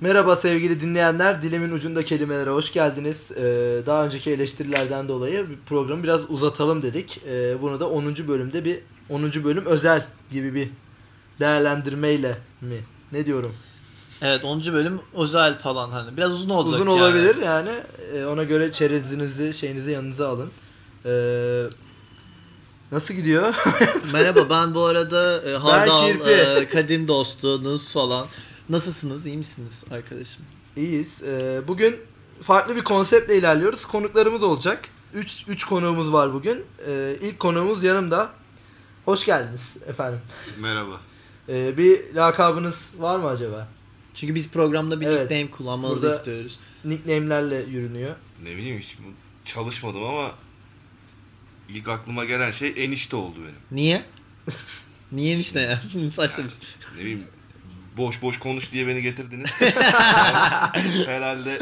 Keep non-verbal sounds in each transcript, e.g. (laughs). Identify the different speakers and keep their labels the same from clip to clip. Speaker 1: Merhaba sevgili dinleyenler, dilimin ucunda kelimelere hoş geldiniz. Ee, daha önceki eleştirilerden dolayı bir programı biraz uzatalım dedik. Ee, bunu da 10. bölümde bir 10. bölüm özel gibi bir değerlendirmeyle mi? Ne diyorum?
Speaker 2: Evet 10. bölüm özel falan hani biraz uzun olacak
Speaker 1: Uzun
Speaker 2: yani. (laughs)
Speaker 1: olabilir yani. Ee, ona göre çerezinizi, şeyinizi yanınıza alın. Ee, nasıl gidiyor?
Speaker 2: Merhaba ben bu arada e, Hardal
Speaker 1: Kirpi.
Speaker 2: e, kadim dostunuz falan. Nasılsınız iyi misiniz arkadaşım?
Speaker 1: İyiyiz. Ee, bugün farklı bir konseptle ilerliyoruz. Konuklarımız olacak. 3 3 konuğumuz var bugün. Ee, ilk konuğumuz yanımda. Hoş geldiniz efendim.
Speaker 3: Merhaba.
Speaker 1: Ee, bir lakabınız var mı acaba?
Speaker 2: Çünkü biz programda bir
Speaker 1: Evet.
Speaker 2: nickname kullanmanızı
Speaker 1: Burada-
Speaker 2: istiyoruz.
Speaker 1: Nickname'lerle yürünüyor.
Speaker 3: Ne bileyim hiç bu- çalışmadım ama ilk aklıma gelen şey enişte oldu benim.
Speaker 2: Niye? Niye işte ya? (laughs) Saçma bir şey.
Speaker 3: Ne bileyim boş boş konuş diye beni getirdiniz. Herhalde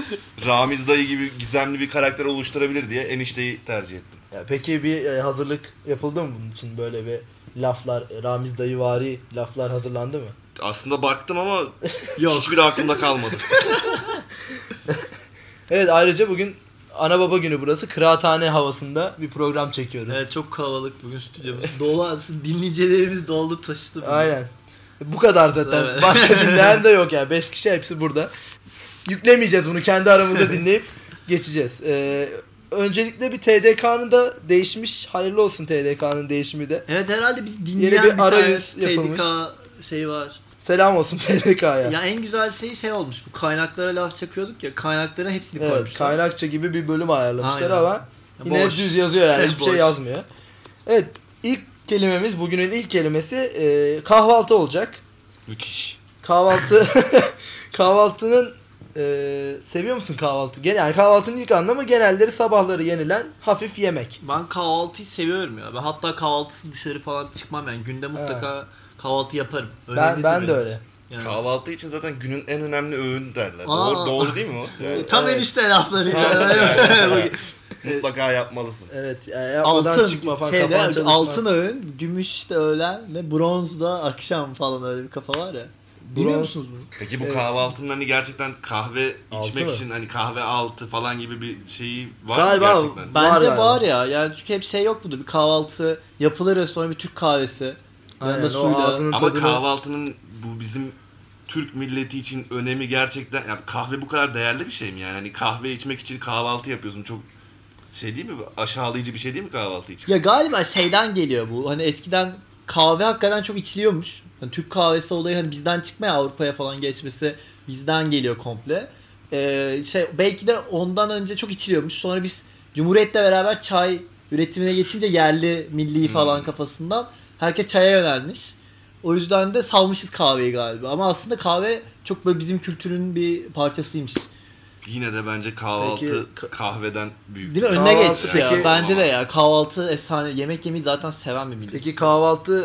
Speaker 3: Ramiz dayı gibi gizemli bir karakter oluşturabilir diye enişteyi tercih ettim.
Speaker 1: Ya peki bir e, hazırlık yapıldı mı bunun için böyle bir laflar, e, Ramiz dayıvari laflar hazırlandı mı?
Speaker 3: Aslında baktım ama hiçbiri aklımda kalmadı.
Speaker 1: Evet ayrıca bugün ana baba günü burası. Kıraathane havasında bir program çekiyoruz.
Speaker 2: Evet çok kalabalık bugün stüdyomuz. Dolu aslında dinleyicilerimiz doldu taşıdı. bugün.
Speaker 1: Aynen. Bu kadar zaten.
Speaker 2: Evet. (laughs)
Speaker 1: Başka dinleyen de yok yani. 5 kişi hepsi burada. Yüklemeyeceğiz bunu. Kendi aramızda dinleyip geçeceğiz. Ee, öncelikle bir TDK'nın da değişmiş. Hayırlı olsun TDK'nın değişimi de.
Speaker 2: Evet herhalde biz dinleyen
Speaker 1: Yeni bir
Speaker 2: bir,
Speaker 1: arayüz
Speaker 2: tane
Speaker 1: yapılmış.
Speaker 2: TDK şey var.
Speaker 1: Selam olsun (laughs) TDK'ya.
Speaker 2: Ya en güzel şey şey olmuş. Bu kaynaklara laf çakıyorduk ya. Kaynaklara hepsini
Speaker 1: evet,
Speaker 2: koymuşlar.
Speaker 1: kaynakça gibi bir bölüm ayarlamışlar
Speaker 2: Aynen.
Speaker 1: ama yine
Speaker 2: Boş.
Speaker 1: düz yazıyor yani.
Speaker 2: (laughs) Evet,
Speaker 1: Hiçbir şey
Speaker 2: boş.
Speaker 1: yazmıyor. Evet ilk kelimemiz bugünün ilk kelimesi e, kahvaltı olacak.
Speaker 3: Müthiş.
Speaker 1: Kahvaltı (laughs) kahvaltının e, seviyor musun kahvaltı? Genel yani kahvaltının ilk anlamı genelleri sabahları yenilen hafif yemek.
Speaker 2: Ben kahvaltıyı seviyorum ya. Ben hatta kahvaltısı dışarı falan çıkmam yani. Günde mutlaka kahvaltı yaparım.
Speaker 1: ben
Speaker 2: Önemlidir
Speaker 1: ben de
Speaker 2: benim
Speaker 1: öyle.
Speaker 2: için. Yani.
Speaker 3: Kahvaltı için zaten günün en önemli öğünü derler.
Speaker 2: Aa.
Speaker 3: Doğru, doğru değil mi o? Yani
Speaker 2: Tam
Speaker 1: Evet.
Speaker 2: enişte lafları.
Speaker 3: Yani.
Speaker 2: Yani.
Speaker 3: mutlaka yapmalısın.
Speaker 1: Evet yani yapmadan
Speaker 2: altın,
Speaker 1: çıkma falan
Speaker 2: şeyde,
Speaker 1: kafan çalışmaz.
Speaker 2: altın öğün, gümüş de öğlen ve bronz da akşam falan öyle bir kafa var ya. Biliyor
Speaker 1: Bronz-
Speaker 2: musunuz bunu?
Speaker 3: Peki bu
Speaker 1: Evet.
Speaker 3: kahvaltının hani gerçekten kahve
Speaker 1: Ee, Altı
Speaker 3: içmek
Speaker 1: mı?
Speaker 3: için hani kahve altı falan gibi bir şeyi var
Speaker 1: Galiba
Speaker 3: mı gerçekten?
Speaker 2: Bence
Speaker 1: galiba.
Speaker 2: var, ya. Yani çünkü hep şey yok mudur? Bir kahvaltı yapılır ya sonra bir Türk kahvesi.
Speaker 1: Aynen,
Speaker 2: Yanında
Speaker 1: o
Speaker 2: suyla.
Speaker 1: ağzının
Speaker 3: Ama
Speaker 1: tadını
Speaker 3: kahvaltının bu bizim Türk milleti için önemi gerçekten yani kahve bu kadar değerli bir şey mi yani? Hani kahve içmek için kahvaltı yapıyorsun çok şey değil mi? Aşağılayıcı bir şey değil mi kahvaltı için?
Speaker 2: Ya galiba şeyden geliyor bu. Hani eskiden kahve hakikaten çok içiliyormuş. Hani Türk kahvesi olayı hani bizden çıkmaya Avrupa'ya falan geçmesi bizden geliyor komple. Ee, şey belki de ondan önce çok içiliyormuş. Sonra biz Cumhuriyet'le beraber çay üretimine geçince yerli,
Speaker 1: Hmm.
Speaker 2: milli falan kafasından herkes çaya yönelmiş. O yüzden de salmışız kahveyi galiba. Ama aslında kahve çok böyle bizim kültürün bir parçasıymış.
Speaker 3: Yine de bence kahvaltı
Speaker 1: Peki, ka-
Speaker 3: kahveden büyük.
Speaker 2: Değil mi? Önüne
Speaker 1: Kahvaltı
Speaker 2: geçti ya.
Speaker 1: peki-
Speaker 2: Bence de ya. Kahvaltı efsane. Yemek yemeyi zaten seven bir millet.
Speaker 1: Peki kahvaltı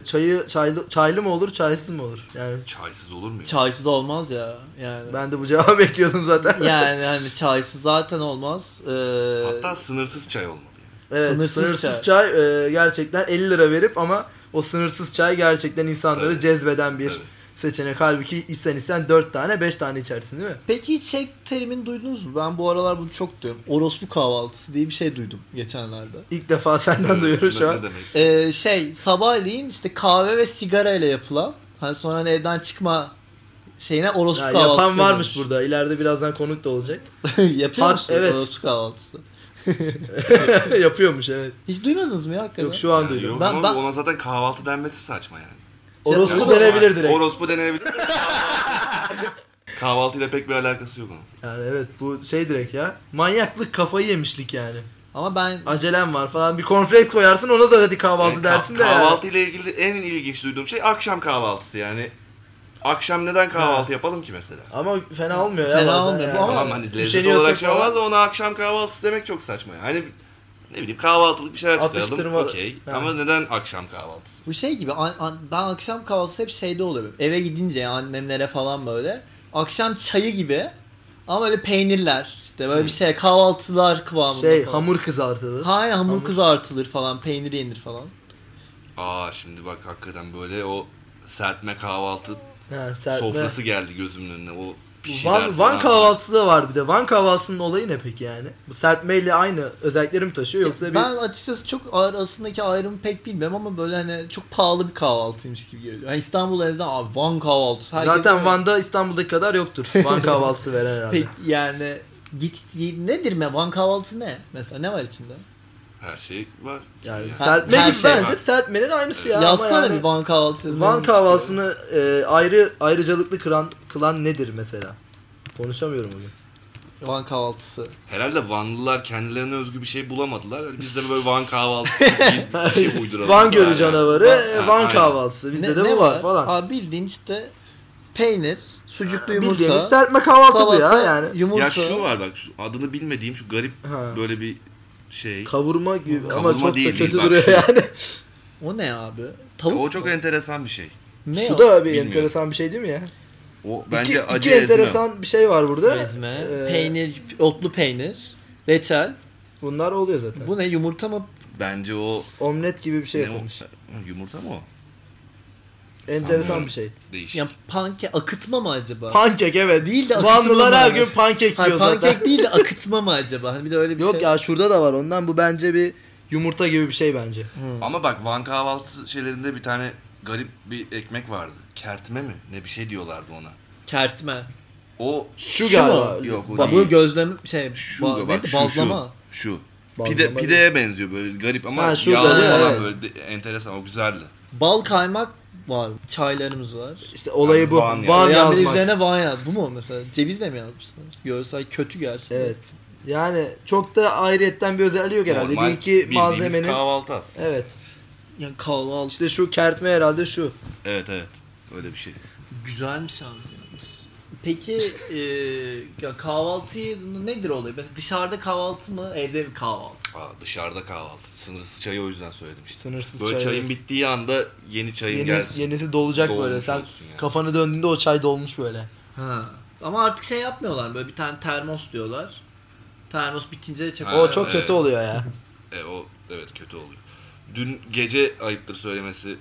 Speaker 1: e, çayı çaylı, çaylı mı olur çaysız mı olur? Yani
Speaker 3: (laughs) Çaysız olur mu? ya?
Speaker 2: Çaysız olmaz ya. Yani
Speaker 1: ben de bu cevabı (laughs) bekliyordum zaten.
Speaker 2: yani hani çaysız zaten olmaz. Ee,
Speaker 3: Hatta sınırsız çay olmalı. yani.
Speaker 1: Evet, sınırsız,
Speaker 2: Sınırsız
Speaker 1: çay, e, gerçekten 50 lira verip ama o sınırsız çay gerçekten insanları
Speaker 3: Tabii.
Speaker 1: cezbeden bir
Speaker 3: Tabii.
Speaker 1: seçenek. Halbuki isten isten 4 tane 5 tane içersin değil mi?
Speaker 2: peki hiç şey terimini duydunuz mu? Ben bu aralar bunu çok diyorum. Orospu kahvaltısı diye bir şey duydum geçenlerde.
Speaker 1: İlk defa senden duyuyorum şu
Speaker 3: Ne-
Speaker 1: an.
Speaker 3: Ne demek?
Speaker 2: Ee, şey sabahleyin işte kahve ve sigara ile yapılan hani sonra hani evden çıkma şeyine orospu
Speaker 1: Ya,
Speaker 2: kahvaltısı
Speaker 1: yapan varmış
Speaker 2: deniyormuş.
Speaker 1: burada. İleride birazdan konuk da olacak. (laughs)
Speaker 2: (laughs) Yapıyor
Speaker 1: Hat-
Speaker 2: musun
Speaker 1: evet.
Speaker 2: orospu kahvaltısı?
Speaker 1: Yapıyormuş evet.
Speaker 2: Hiç duymadınız mı ya hakikaten?
Speaker 1: Yok şu an
Speaker 3: Yani
Speaker 1: duydum.
Speaker 3: yok
Speaker 2: Ben-
Speaker 3: ama
Speaker 2: ben-
Speaker 3: ona zaten kahvaltı denmesi saçma yani.
Speaker 2: Yani
Speaker 1: Orospu
Speaker 2: o-
Speaker 1: denebilir direkt.
Speaker 3: Orospu denebilir. (laughs) Kahvaltıyla pek bir alakası yok onun.
Speaker 1: Yani evet bu şey direkt ya. Manyaklık kafayı yemişlik yani.
Speaker 2: Ama ben
Speaker 1: Acelem var falan. Bir konfreks koyarsın ona da hadi kahvaltı
Speaker 3: Yani
Speaker 1: dersin
Speaker 3: kah-
Speaker 1: de. yani.
Speaker 3: E, Kahvaltı ile ilgili en ilginç duyduğum şey akşam kahvaltısı yani. Akşam neden kahvaltı yapalım ki mesela?
Speaker 1: Ama fena olmuyor ya.
Speaker 2: Fena
Speaker 1: bazen
Speaker 2: olmuyor.
Speaker 1: yani.
Speaker 2: Ama
Speaker 3: Tamam hani lezzet
Speaker 1: Üşeniyorsak
Speaker 3: olarak şey
Speaker 1: falan.
Speaker 3: olmaz da ona akşam kahvaltısı demek çok saçma yani. Hani ne bileyim kahvaltılık bir şeyler çıkaralım.
Speaker 1: Atıştırma-
Speaker 3: Okey.
Speaker 1: Yani.
Speaker 3: Ama neden akşam kahvaltısı?
Speaker 2: Bu şey gibi an- an- ben akşam kahvaltısı hep şeyde oluyor. benim. Eve gidince yani annemlere falan böyle. Akşam çayı gibi ama böyle peynirler işte böyle bir şey kahvaltılar kıvamında
Speaker 1: Hmm. Şey
Speaker 2: falan.
Speaker 1: hamur kızartılı.
Speaker 2: Ha, aynen, hamur
Speaker 1: hamur.
Speaker 2: kızartılır falan peynir yenir falan.
Speaker 3: Aa şimdi bak hakikaten böyle o serpme kahvaltı
Speaker 1: Ha, serpme.
Speaker 3: sofrası geldi gözümün önüne. O bir şeyler
Speaker 1: Van,
Speaker 3: falan.
Speaker 1: Van kahvaltısı da var bir de. Van kahvaltısının olayı ne peki yani? Bu serpmeyle aynı özellikleri mi taşıyor yoksa bir...
Speaker 2: Ben açıkçası çok arasındaki ayrımı pek bilmiyorum ama böyle hani çok pahalı bir kahvaltıymış gibi geliyor. Hani İstanbul'da en azından abi Van kahvaltısı. herkes-
Speaker 1: Zaten Van'da İstanbul'daki kadar yoktur.
Speaker 2: (laughs)
Speaker 1: Van kahvaltısı veren herhalde.
Speaker 2: Pek yani git nedir mi? Van kahvaltısı ne? Mesela ne var içinde?
Speaker 3: Her şey var.
Speaker 1: Yani
Speaker 2: Ha-
Speaker 1: serpme
Speaker 2: her
Speaker 1: gibi
Speaker 2: şey
Speaker 1: bence
Speaker 3: var.
Speaker 1: serpmenin aynısı ya.
Speaker 2: Yazsana
Speaker 1: ama yani
Speaker 2: bir Van kahvaltısı.
Speaker 1: Van kahvaltısını e, ayrı ayrıcalıklı kıran kılan nedir mesela? Konuşamıyorum bugün.
Speaker 2: Van kahvaltısı.
Speaker 3: Herhalde Vanlılar kendilerine özgü bir şey bulamadılar. Yani biz de böyle
Speaker 1: (laughs)
Speaker 3: Van kahvaltısı gibi bir şey uyduralım.
Speaker 1: Van Gölü
Speaker 3: Yani.
Speaker 1: canavarı, e,
Speaker 3: Ha,
Speaker 1: Van
Speaker 3: aynen.
Speaker 1: kahvaltısı. Bizde de bu var, falan.
Speaker 2: Abi bildiğin işte peynir, sucuklu yumurta,
Speaker 1: Bildiğiniz serpme kahvaltısı bu
Speaker 2: salata,
Speaker 1: ya yani.
Speaker 2: yumurta.
Speaker 3: Ya şu var bak şu adını bilmediğim şu garip
Speaker 1: Ha.
Speaker 3: böyle bir şey.
Speaker 1: Kavurma gibi ama
Speaker 3: Kavurma
Speaker 1: çok da
Speaker 3: değil,
Speaker 1: kötü
Speaker 3: değil, bak
Speaker 1: duruyor
Speaker 3: şu-
Speaker 1: yani.
Speaker 2: O ne abi? Tavuk
Speaker 3: o çok
Speaker 2: mu?
Speaker 3: enteresan bir şey.
Speaker 2: ne
Speaker 1: Şu
Speaker 2: o?
Speaker 1: da bir
Speaker 3: Bilmiyorum.
Speaker 1: enteresan bir şey değil mi ya?
Speaker 3: O bence
Speaker 1: iki,
Speaker 3: acı
Speaker 1: iki enteresan bir şey var burada.
Speaker 2: Ezme,
Speaker 1: Ee,
Speaker 2: peynir, otlu peynir, reçel.
Speaker 1: Bunlar oluyor zaten.
Speaker 2: Bu ne yumurta mı?
Speaker 3: Bence o
Speaker 1: Omlet gibi bir şey
Speaker 3: ne o?
Speaker 1: yapılmış.
Speaker 3: Ha, Yumurta mı o?
Speaker 1: Enteresan
Speaker 3: Sanmıyorum.
Speaker 1: bir şey.
Speaker 3: Değişik.
Speaker 2: Ya panke akıtma mı acaba?
Speaker 1: Pankek evet.
Speaker 2: Değil de akıtma
Speaker 1: Vanlılar
Speaker 2: mı
Speaker 1: her
Speaker 2: abi?
Speaker 1: gün pankek
Speaker 2: Hayır
Speaker 1: yiyor
Speaker 2: pankek
Speaker 1: zaten.
Speaker 2: değil de akıtma mı acaba? Hani bir de öyle bir
Speaker 1: Yok
Speaker 2: şey.
Speaker 1: ya şurada da var ondan. Bu bence bir yumurta gibi bir şey bence.
Speaker 3: Ama bak Van kahvaltı şeylerinde bir tane garip bir ekmek vardı. Kertme mi? Ne bir şey diyorlardı ona.
Speaker 2: Kertme.
Speaker 3: O
Speaker 1: Şu
Speaker 2: Şu
Speaker 1: galiba.
Speaker 2: mu?
Speaker 3: yok o
Speaker 2: Bak
Speaker 3: değil.
Speaker 2: bu gözlem şey
Speaker 3: Şu
Speaker 2: ba-
Speaker 3: bak
Speaker 2: neydi?
Speaker 3: şu
Speaker 2: bazlama.
Speaker 3: şu. şu.
Speaker 1: Bazlama
Speaker 3: Pide,
Speaker 1: değil.
Speaker 3: pideye benziyor böyle garip ama
Speaker 1: Ha, şurada
Speaker 3: yağlı
Speaker 1: değil mi?
Speaker 3: falan
Speaker 1: Evet.
Speaker 3: böyle de- enteresan o güzeldi.
Speaker 2: Bal kaymak var. Çaylarımız var.
Speaker 1: İşte olayı bu.
Speaker 3: Van
Speaker 1: Van,
Speaker 3: yani.
Speaker 2: Yani bir de
Speaker 1: yazmak.
Speaker 2: üzerine van yaz. Bu mu mesela? Cevizle mi yazmışsın? Görsel kötü gerçekten.
Speaker 1: Evet. Yani çok da ayrıyetten bir özelliği yok herhalde.
Speaker 3: Normal
Speaker 1: bir iki
Speaker 3: bildiğimiz
Speaker 1: malzemenin.
Speaker 3: kahvaltı aslında.
Speaker 1: Evet.
Speaker 2: Yani kahvaltı.
Speaker 1: İşte şu kertme herhalde şu.
Speaker 3: Evet evet. Öyle bir şey.
Speaker 2: Güzelmiş abi yalnız. Peki e, ya kahvaltıyı nedir olayı? Mesela dışarıda kahvaltı mı, evde mi kahvaltı?
Speaker 3: Aa, dışarıda kahvaltı. Sınırsız çayı o yüzden söyledim işte.
Speaker 1: Sınırsız
Speaker 3: Böyle
Speaker 1: çay.
Speaker 3: çayın bittiği anda yeni çayın
Speaker 1: yenisi,
Speaker 3: gelsin.
Speaker 1: yenisi dolacak
Speaker 3: Dolmuş
Speaker 1: böyle. Sen
Speaker 3: olsun yani.
Speaker 1: kafanı döndüğünde o çay dolmuş böyle.
Speaker 2: Ha. Ama artık şey yapmıyorlar böyle bir tane termos diyorlar. Termos bitince çakal.
Speaker 3: Ha,
Speaker 1: o çok
Speaker 3: evet.
Speaker 1: kötü oluyor
Speaker 3: (laughs)
Speaker 1: ya.
Speaker 3: E, o evet kötü oluyor. Dün gece ayıptır söylemesi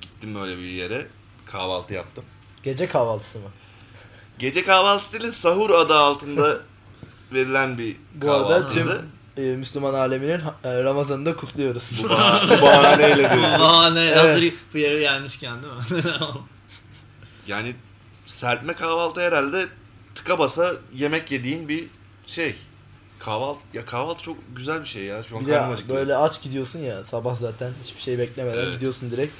Speaker 3: gittim böyle bir yere kahvaltı yaptım.
Speaker 1: Gece kahvaltısı mı?
Speaker 3: Gece kahvaltısı değil sahur
Speaker 1: (laughs)
Speaker 3: adı altında verilen bir
Speaker 1: Bu arada tüm
Speaker 3: kahvaltıydı.
Speaker 1: e, Müslüman aleminin ha- e, Ramazan'ını da (laughs) kutluyoruz.
Speaker 3: Bu bah- (laughs) bu bahaneyle diyorsun.
Speaker 2: Aa ne
Speaker 1: Evet.
Speaker 2: hazır bu yere gelmişken değil mi? (laughs)
Speaker 3: Yani serpme kahvaltı herhalde tıka basa yemek yediğin bir şey. Kahvaltı ya kahvaltı çok güzel bir şey ya. Şu an
Speaker 1: bir de
Speaker 3: karnım acıktı.
Speaker 1: böyle aç gidiyorsun ya sabah zaten hiçbir şey beklemeden
Speaker 3: Evet.
Speaker 1: gidiyorsun direkt.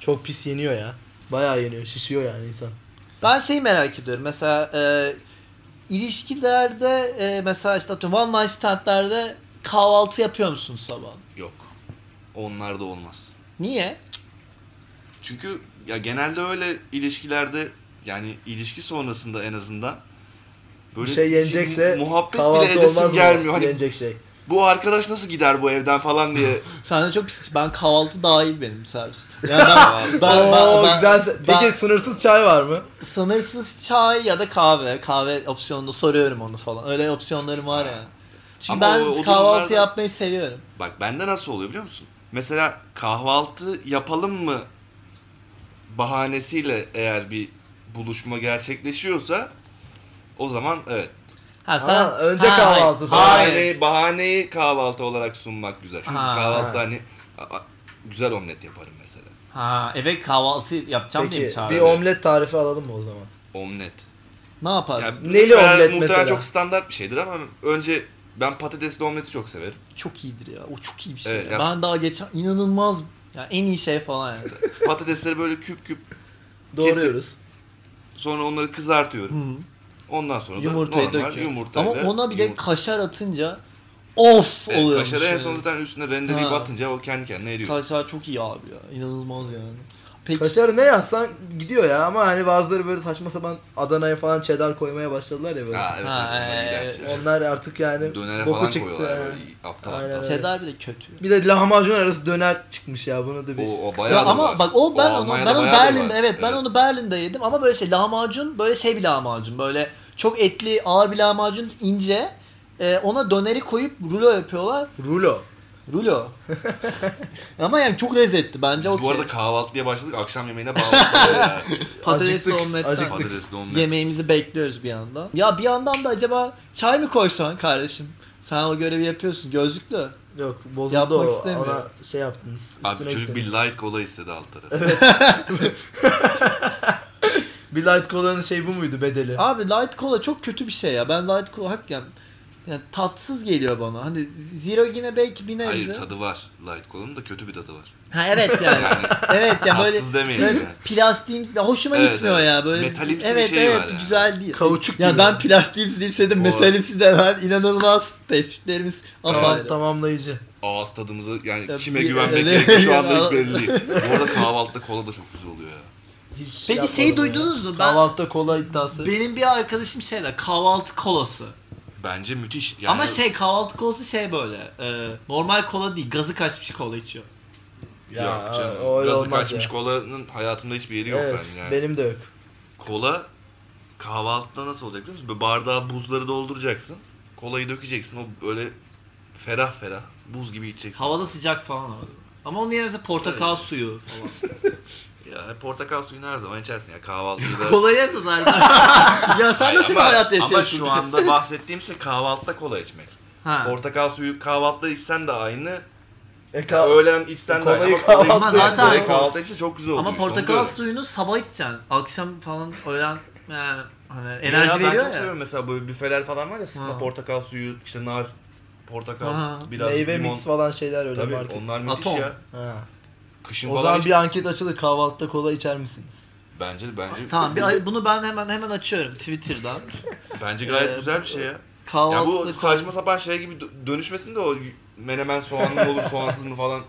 Speaker 1: Çok pis yeniyor ya. Bayağı yeniyor, şişiyor yani insan.
Speaker 2: ben şeyi merak ediyorum. Mesela e, ilişkilerde e, mesela işte atıyorum one night standlerde kahvaltı yapıyor musun sabah?
Speaker 3: Yok. Onlar da olmaz.
Speaker 2: Niye?
Speaker 3: Çünkü ya genelde öyle ilişkilerde yani ilişki sonrasında en azından
Speaker 1: Bir
Speaker 3: böyle
Speaker 1: şey yenecekse
Speaker 3: şimdi muhabbet bile
Speaker 1: kahvaltı
Speaker 3: edesin
Speaker 1: olmaz
Speaker 3: gelmiyor.
Speaker 1: mı?
Speaker 3: Hani
Speaker 1: Yenecek şey.
Speaker 3: bu arkadaş nasıl gider bu evden falan
Speaker 1: (laughs)
Speaker 3: diye.
Speaker 2: Senden çok pis. Ben kahvaltı dahil benim servis.
Speaker 1: (laughs)
Speaker 2: Yani ben, ben, ben,
Speaker 1: Oo,
Speaker 2: ben-
Speaker 1: güzel. se-
Speaker 2: ben
Speaker 1: Peki sınırsız çay var mı?
Speaker 2: sınırsız çay ya da kahve. Kahve opsiyonunu soruyorum onu falan. Öyle opsiyonlarım var ya. Çünkü
Speaker 3: Ama
Speaker 2: ben
Speaker 3: o- o
Speaker 2: kahvaltı
Speaker 3: durumlarda-
Speaker 2: yapmayı seviyorum.
Speaker 3: Bak bende nasıl oluyor biliyor musun? Mesela kahvaltı yapalım mı bahanesiyle eğer bir buluşma gerçekleşiyorsa o zaman evet.
Speaker 2: Ha sen
Speaker 1: Ha, önce
Speaker 2: Ha,
Speaker 1: kahvaltı,
Speaker 2: hayır.
Speaker 1: sonra-
Speaker 2: Hayır.
Speaker 3: Bahaneyi, bahaneyi kahvaltı olarak sunmak güzel. Çünkü
Speaker 2: Ha,
Speaker 3: kahvaltıda
Speaker 1: ha.
Speaker 3: hani a- a- güzel omlet yaparım mesela.
Speaker 2: Ha eve kahvaltı yapacağım diye mi
Speaker 1: Peki
Speaker 2: çağırdın?
Speaker 1: bir omlet tarifi alalım mı o zaman?
Speaker 3: Omlet.
Speaker 2: Ne yaparsın?
Speaker 1: Neli
Speaker 3: muhtemelen-
Speaker 1: omlet
Speaker 3: muhtemelen
Speaker 1: mesela?
Speaker 3: çok standart bir şeydir ama önce ben patatesli omleti çok severim.
Speaker 2: Çok iyidir ya. O çok iyi bir şey.
Speaker 3: Evet,
Speaker 2: ya.
Speaker 3: yap.
Speaker 2: Ben daha geçen inanılmaz ya en iyi şey falan
Speaker 3: (laughs)
Speaker 2: yani.
Speaker 3: Patatesleri böyle küp küp
Speaker 1: Doğruyoruz.
Speaker 3: sonra onları kızartıyorum. Ondan sonra da
Speaker 2: Hmm, Yumurtayı
Speaker 3: normal
Speaker 2: döküyor. Ama
Speaker 3: yumurtayla
Speaker 2: ona bir de
Speaker 3: yumurta-
Speaker 2: kaşar atınca of
Speaker 3: Evet,
Speaker 2: oluyor.
Speaker 3: kaşarı en son zaten üstüne rendeleyip
Speaker 2: Ha.
Speaker 3: atınca o kendi kendine eriyor.
Speaker 2: Kaşar çok iyi abi ya. İnanılmaz yani. Peki
Speaker 1: Kaşarı ne yazsan gidiyor ya ama hani bazıları böyle saçma sapan Adana'ya falan çedar koymaya başladılar ya böyle.
Speaker 3: ha evet.
Speaker 2: Ha,
Speaker 3: evet,
Speaker 2: evet,
Speaker 3: evet,
Speaker 2: evet.
Speaker 3: evet.
Speaker 1: Onlar artık yani
Speaker 3: Dönere
Speaker 1: boku
Speaker 3: falan
Speaker 1: çıktı.
Speaker 3: koyuyorlar
Speaker 1: yani.
Speaker 3: böyle aptal
Speaker 1: Aynen
Speaker 3: aptal.
Speaker 1: öyle.
Speaker 2: Çedar bir de kötü.
Speaker 1: Bir de lahmacun arası döner çıkmış ya bunu da bir.
Speaker 3: O, o
Speaker 2: Ya
Speaker 3: bayağı da
Speaker 2: ama
Speaker 3: var.
Speaker 2: bak o ben onu
Speaker 3: Almanya'da
Speaker 2: ben onu
Speaker 3: bayağı da
Speaker 2: Berlin'de
Speaker 3: var.
Speaker 2: evet, ben onu Berlin'de yedim ama böyle şey lahmacun böyle şey bir lahmacun böyle çok etli ağır bir lahmacun ince e, ona döneri koyup rulo yapıyorlar.
Speaker 1: Rulo.
Speaker 4: Rulo. Ama yani çok lezzetli bence.
Speaker 3: Biz
Speaker 4: okey.
Speaker 3: bu arada kahvaltıya başladık. Akşam
Speaker 2: (laughs)
Speaker 3: yemeğine bağladık. ya.
Speaker 4: Patatesli
Speaker 1: Acıktık,
Speaker 4: omletten.
Speaker 1: acıktık.
Speaker 3: Patatesli omlet.
Speaker 4: Yemeğimizi bekliyoruz bir yandan. Ya bir yandan da acaba çay mı koysan kardeşim? Sen o görevi yapıyorsun gözlüklü.
Speaker 1: Yok bozuldu
Speaker 4: Yapmak
Speaker 1: o.
Speaker 4: istemiyor.
Speaker 1: Ona şey yaptınız.
Speaker 3: Abi
Speaker 1: üstüne
Speaker 3: çocuk bir
Speaker 1: gittiniz.
Speaker 3: light kola istedi alt tarafı.
Speaker 1: Bir light kolanın şey bu muydu bedeli?
Speaker 4: Abi light cola çok kötü bir şey ya. Ben light cola hakikaten yani tatsız geliyor bana. Hani zero yine belki bir nebze.
Speaker 3: Hayır tadı var. Light kolanın da kötü bir tadı var.
Speaker 4: Ha evet
Speaker 3: (laughs)
Speaker 4: yani. evet ya böyle
Speaker 3: Tatsız demeyin
Speaker 4: böyle
Speaker 3: yani.
Speaker 4: plastiğimiz ya hoşuma
Speaker 3: Evet,
Speaker 4: gitmiyor
Speaker 3: evet.
Speaker 4: ya böyle.
Speaker 3: Metalimsi bir
Speaker 4: evet
Speaker 3: şey
Speaker 4: evet
Speaker 3: var yani.
Speaker 4: güzel değil.
Speaker 1: Kauçuk
Speaker 4: ya
Speaker 1: gibi.
Speaker 4: ben plastiğimsi değilse de
Speaker 3: Doğru.
Speaker 4: metalimsi de ben inanılmaz tespitlerimiz
Speaker 1: Tamam,
Speaker 4: apayrı.
Speaker 1: tamamlayıcı.
Speaker 3: Ağız tadımızı yani
Speaker 4: Ya
Speaker 3: kime
Speaker 4: bir-
Speaker 2: (laughs)
Speaker 3: güvenmek
Speaker 4: öyle-
Speaker 3: gerekiyor şu anda hiç belli değil. Bu arada kahvaltıda kola da çok güzel oluyor ya.
Speaker 1: Hiç şey
Speaker 4: Peki
Speaker 1: yapmadım
Speaker 4: şeyi
Speaker 1: ya.
Speaker 4: duydunuz mu? Ben-
Speaker 1: Kahvaltıda kola iddiası.
Speaker 4: Benim bir arkadaşım şeyler kahvaltı kolası.
Speaker 3: Bence müthiş. Yani
Speaker 4: Ama şey kahvaltı kolası şey böyle e, normal kola değil gazı
Speaker 2: şey
Speaker 4: kaçmış kola içiyor.
Speaker 3: ya,
Speaker 1: ya,
Speaker 3: yok canım.
Speaker 1: o öyle
Speaker 3: Gazı
Speaker 1: olmaz
Speaker 3: kaçmış
Speaker 1: ya.
Speaker 3: kolanın hayatımda hiçbir yeri yok
Speaker 1: evet,
Speaker 3: ben yani.
Speaker 1: benim de yok.
Speaker 3: Kola kahvaltıda nasıl olacak biliyor musun? Böyle bardağa buzları dolduracaksın. Kolayı dökeceksin. O böyle ferah ferah buz gibi içeceksin.
Speaker 2: Havada sıcak falan abi. Ama onun yerine mesela portakal suyu falan.
Speaker 3: Ya portakal suyunu her zaman içersin
Speaker 2: (laughs)
Speaker 3: ya kahvaltıda.
Speaker 2: Kolaya da zaten.
Speaker 4: ya sen
Speaker 3: Hayır,
Speaker 4: nasıl bir
Speaker 3: ama-
Speaker 4: hayat yaşıyorsun?
Speaker 3: Ama şu anda bahsettiğim şey kahvaltıda kola içmek.
Speaker 2: Ha.
Speaker 3: Portakal suyu kahvaltıda içsen de aynı,
Speaker 1: E, ka-
Speaker 3: öğlen içsen de
Speaker 1: Kolayı
Speaker 3: aynı. Ama kolayı
Speaker 1: kahvaltıda
Speaker 3: içsen de
Speaker 2: zaten-
Speaker 3: direkt kahvaltıda içince çok güzel oluyor.
Speaker 2: Ama
Speaker 3: işte, onu
Speaker 2: portakal
Speaker 3: diyorum.
Speaker 2: suyunu sabah içeceksin. Akşam falan öğlen yani hani
Speaker 3: Ya
Speaker 2: enerji
Speaker 3: Ben
Speaker 2: veriyor
Speaker 3: çok
Speaker 2: ya.
Speaker 3: seviyorum mesela böyle büfeler falan var ya sıkma
Speaker 2: Ha.
Speaker 3: portakal suyu, işte nar, portakal,
Speaker 2: Ha.
Speaker 3: biraz
Speaker 1: meyve
Speaker 3: limon.
Speaker 1: mix falan şeyler öyle
Speaker 3: Tabii
Speaker 1: market.
Speaker 3: onlar müthiş
Speaker 2: Atom.
Speaker 3: ya.
Speaker 1: Ha.
Speaker 3: Kışın
Speaker 1: O
Speaker 3: falan
Speaker 1: zaman
Speaker 3: iç-
Speaker 1: bir anket açılır kahvaltıda kola içer misiniz?
Speaker 3: Bence bence
Speaker 2: Tamam bir, bunu ben hemen hemen açıyorum Twitter'dan.
Speaker 3: (laughs) bence gayet
Speaker 2: Ee,
Speaker 3: güzel bir şey ya. Ya
Speaker 2: Kahvaltıda
Speaker 3: bu saçma sapan şey gibi dö- dönüşmesin de o y- menemen soğanlı mı olur soğansız mı falan.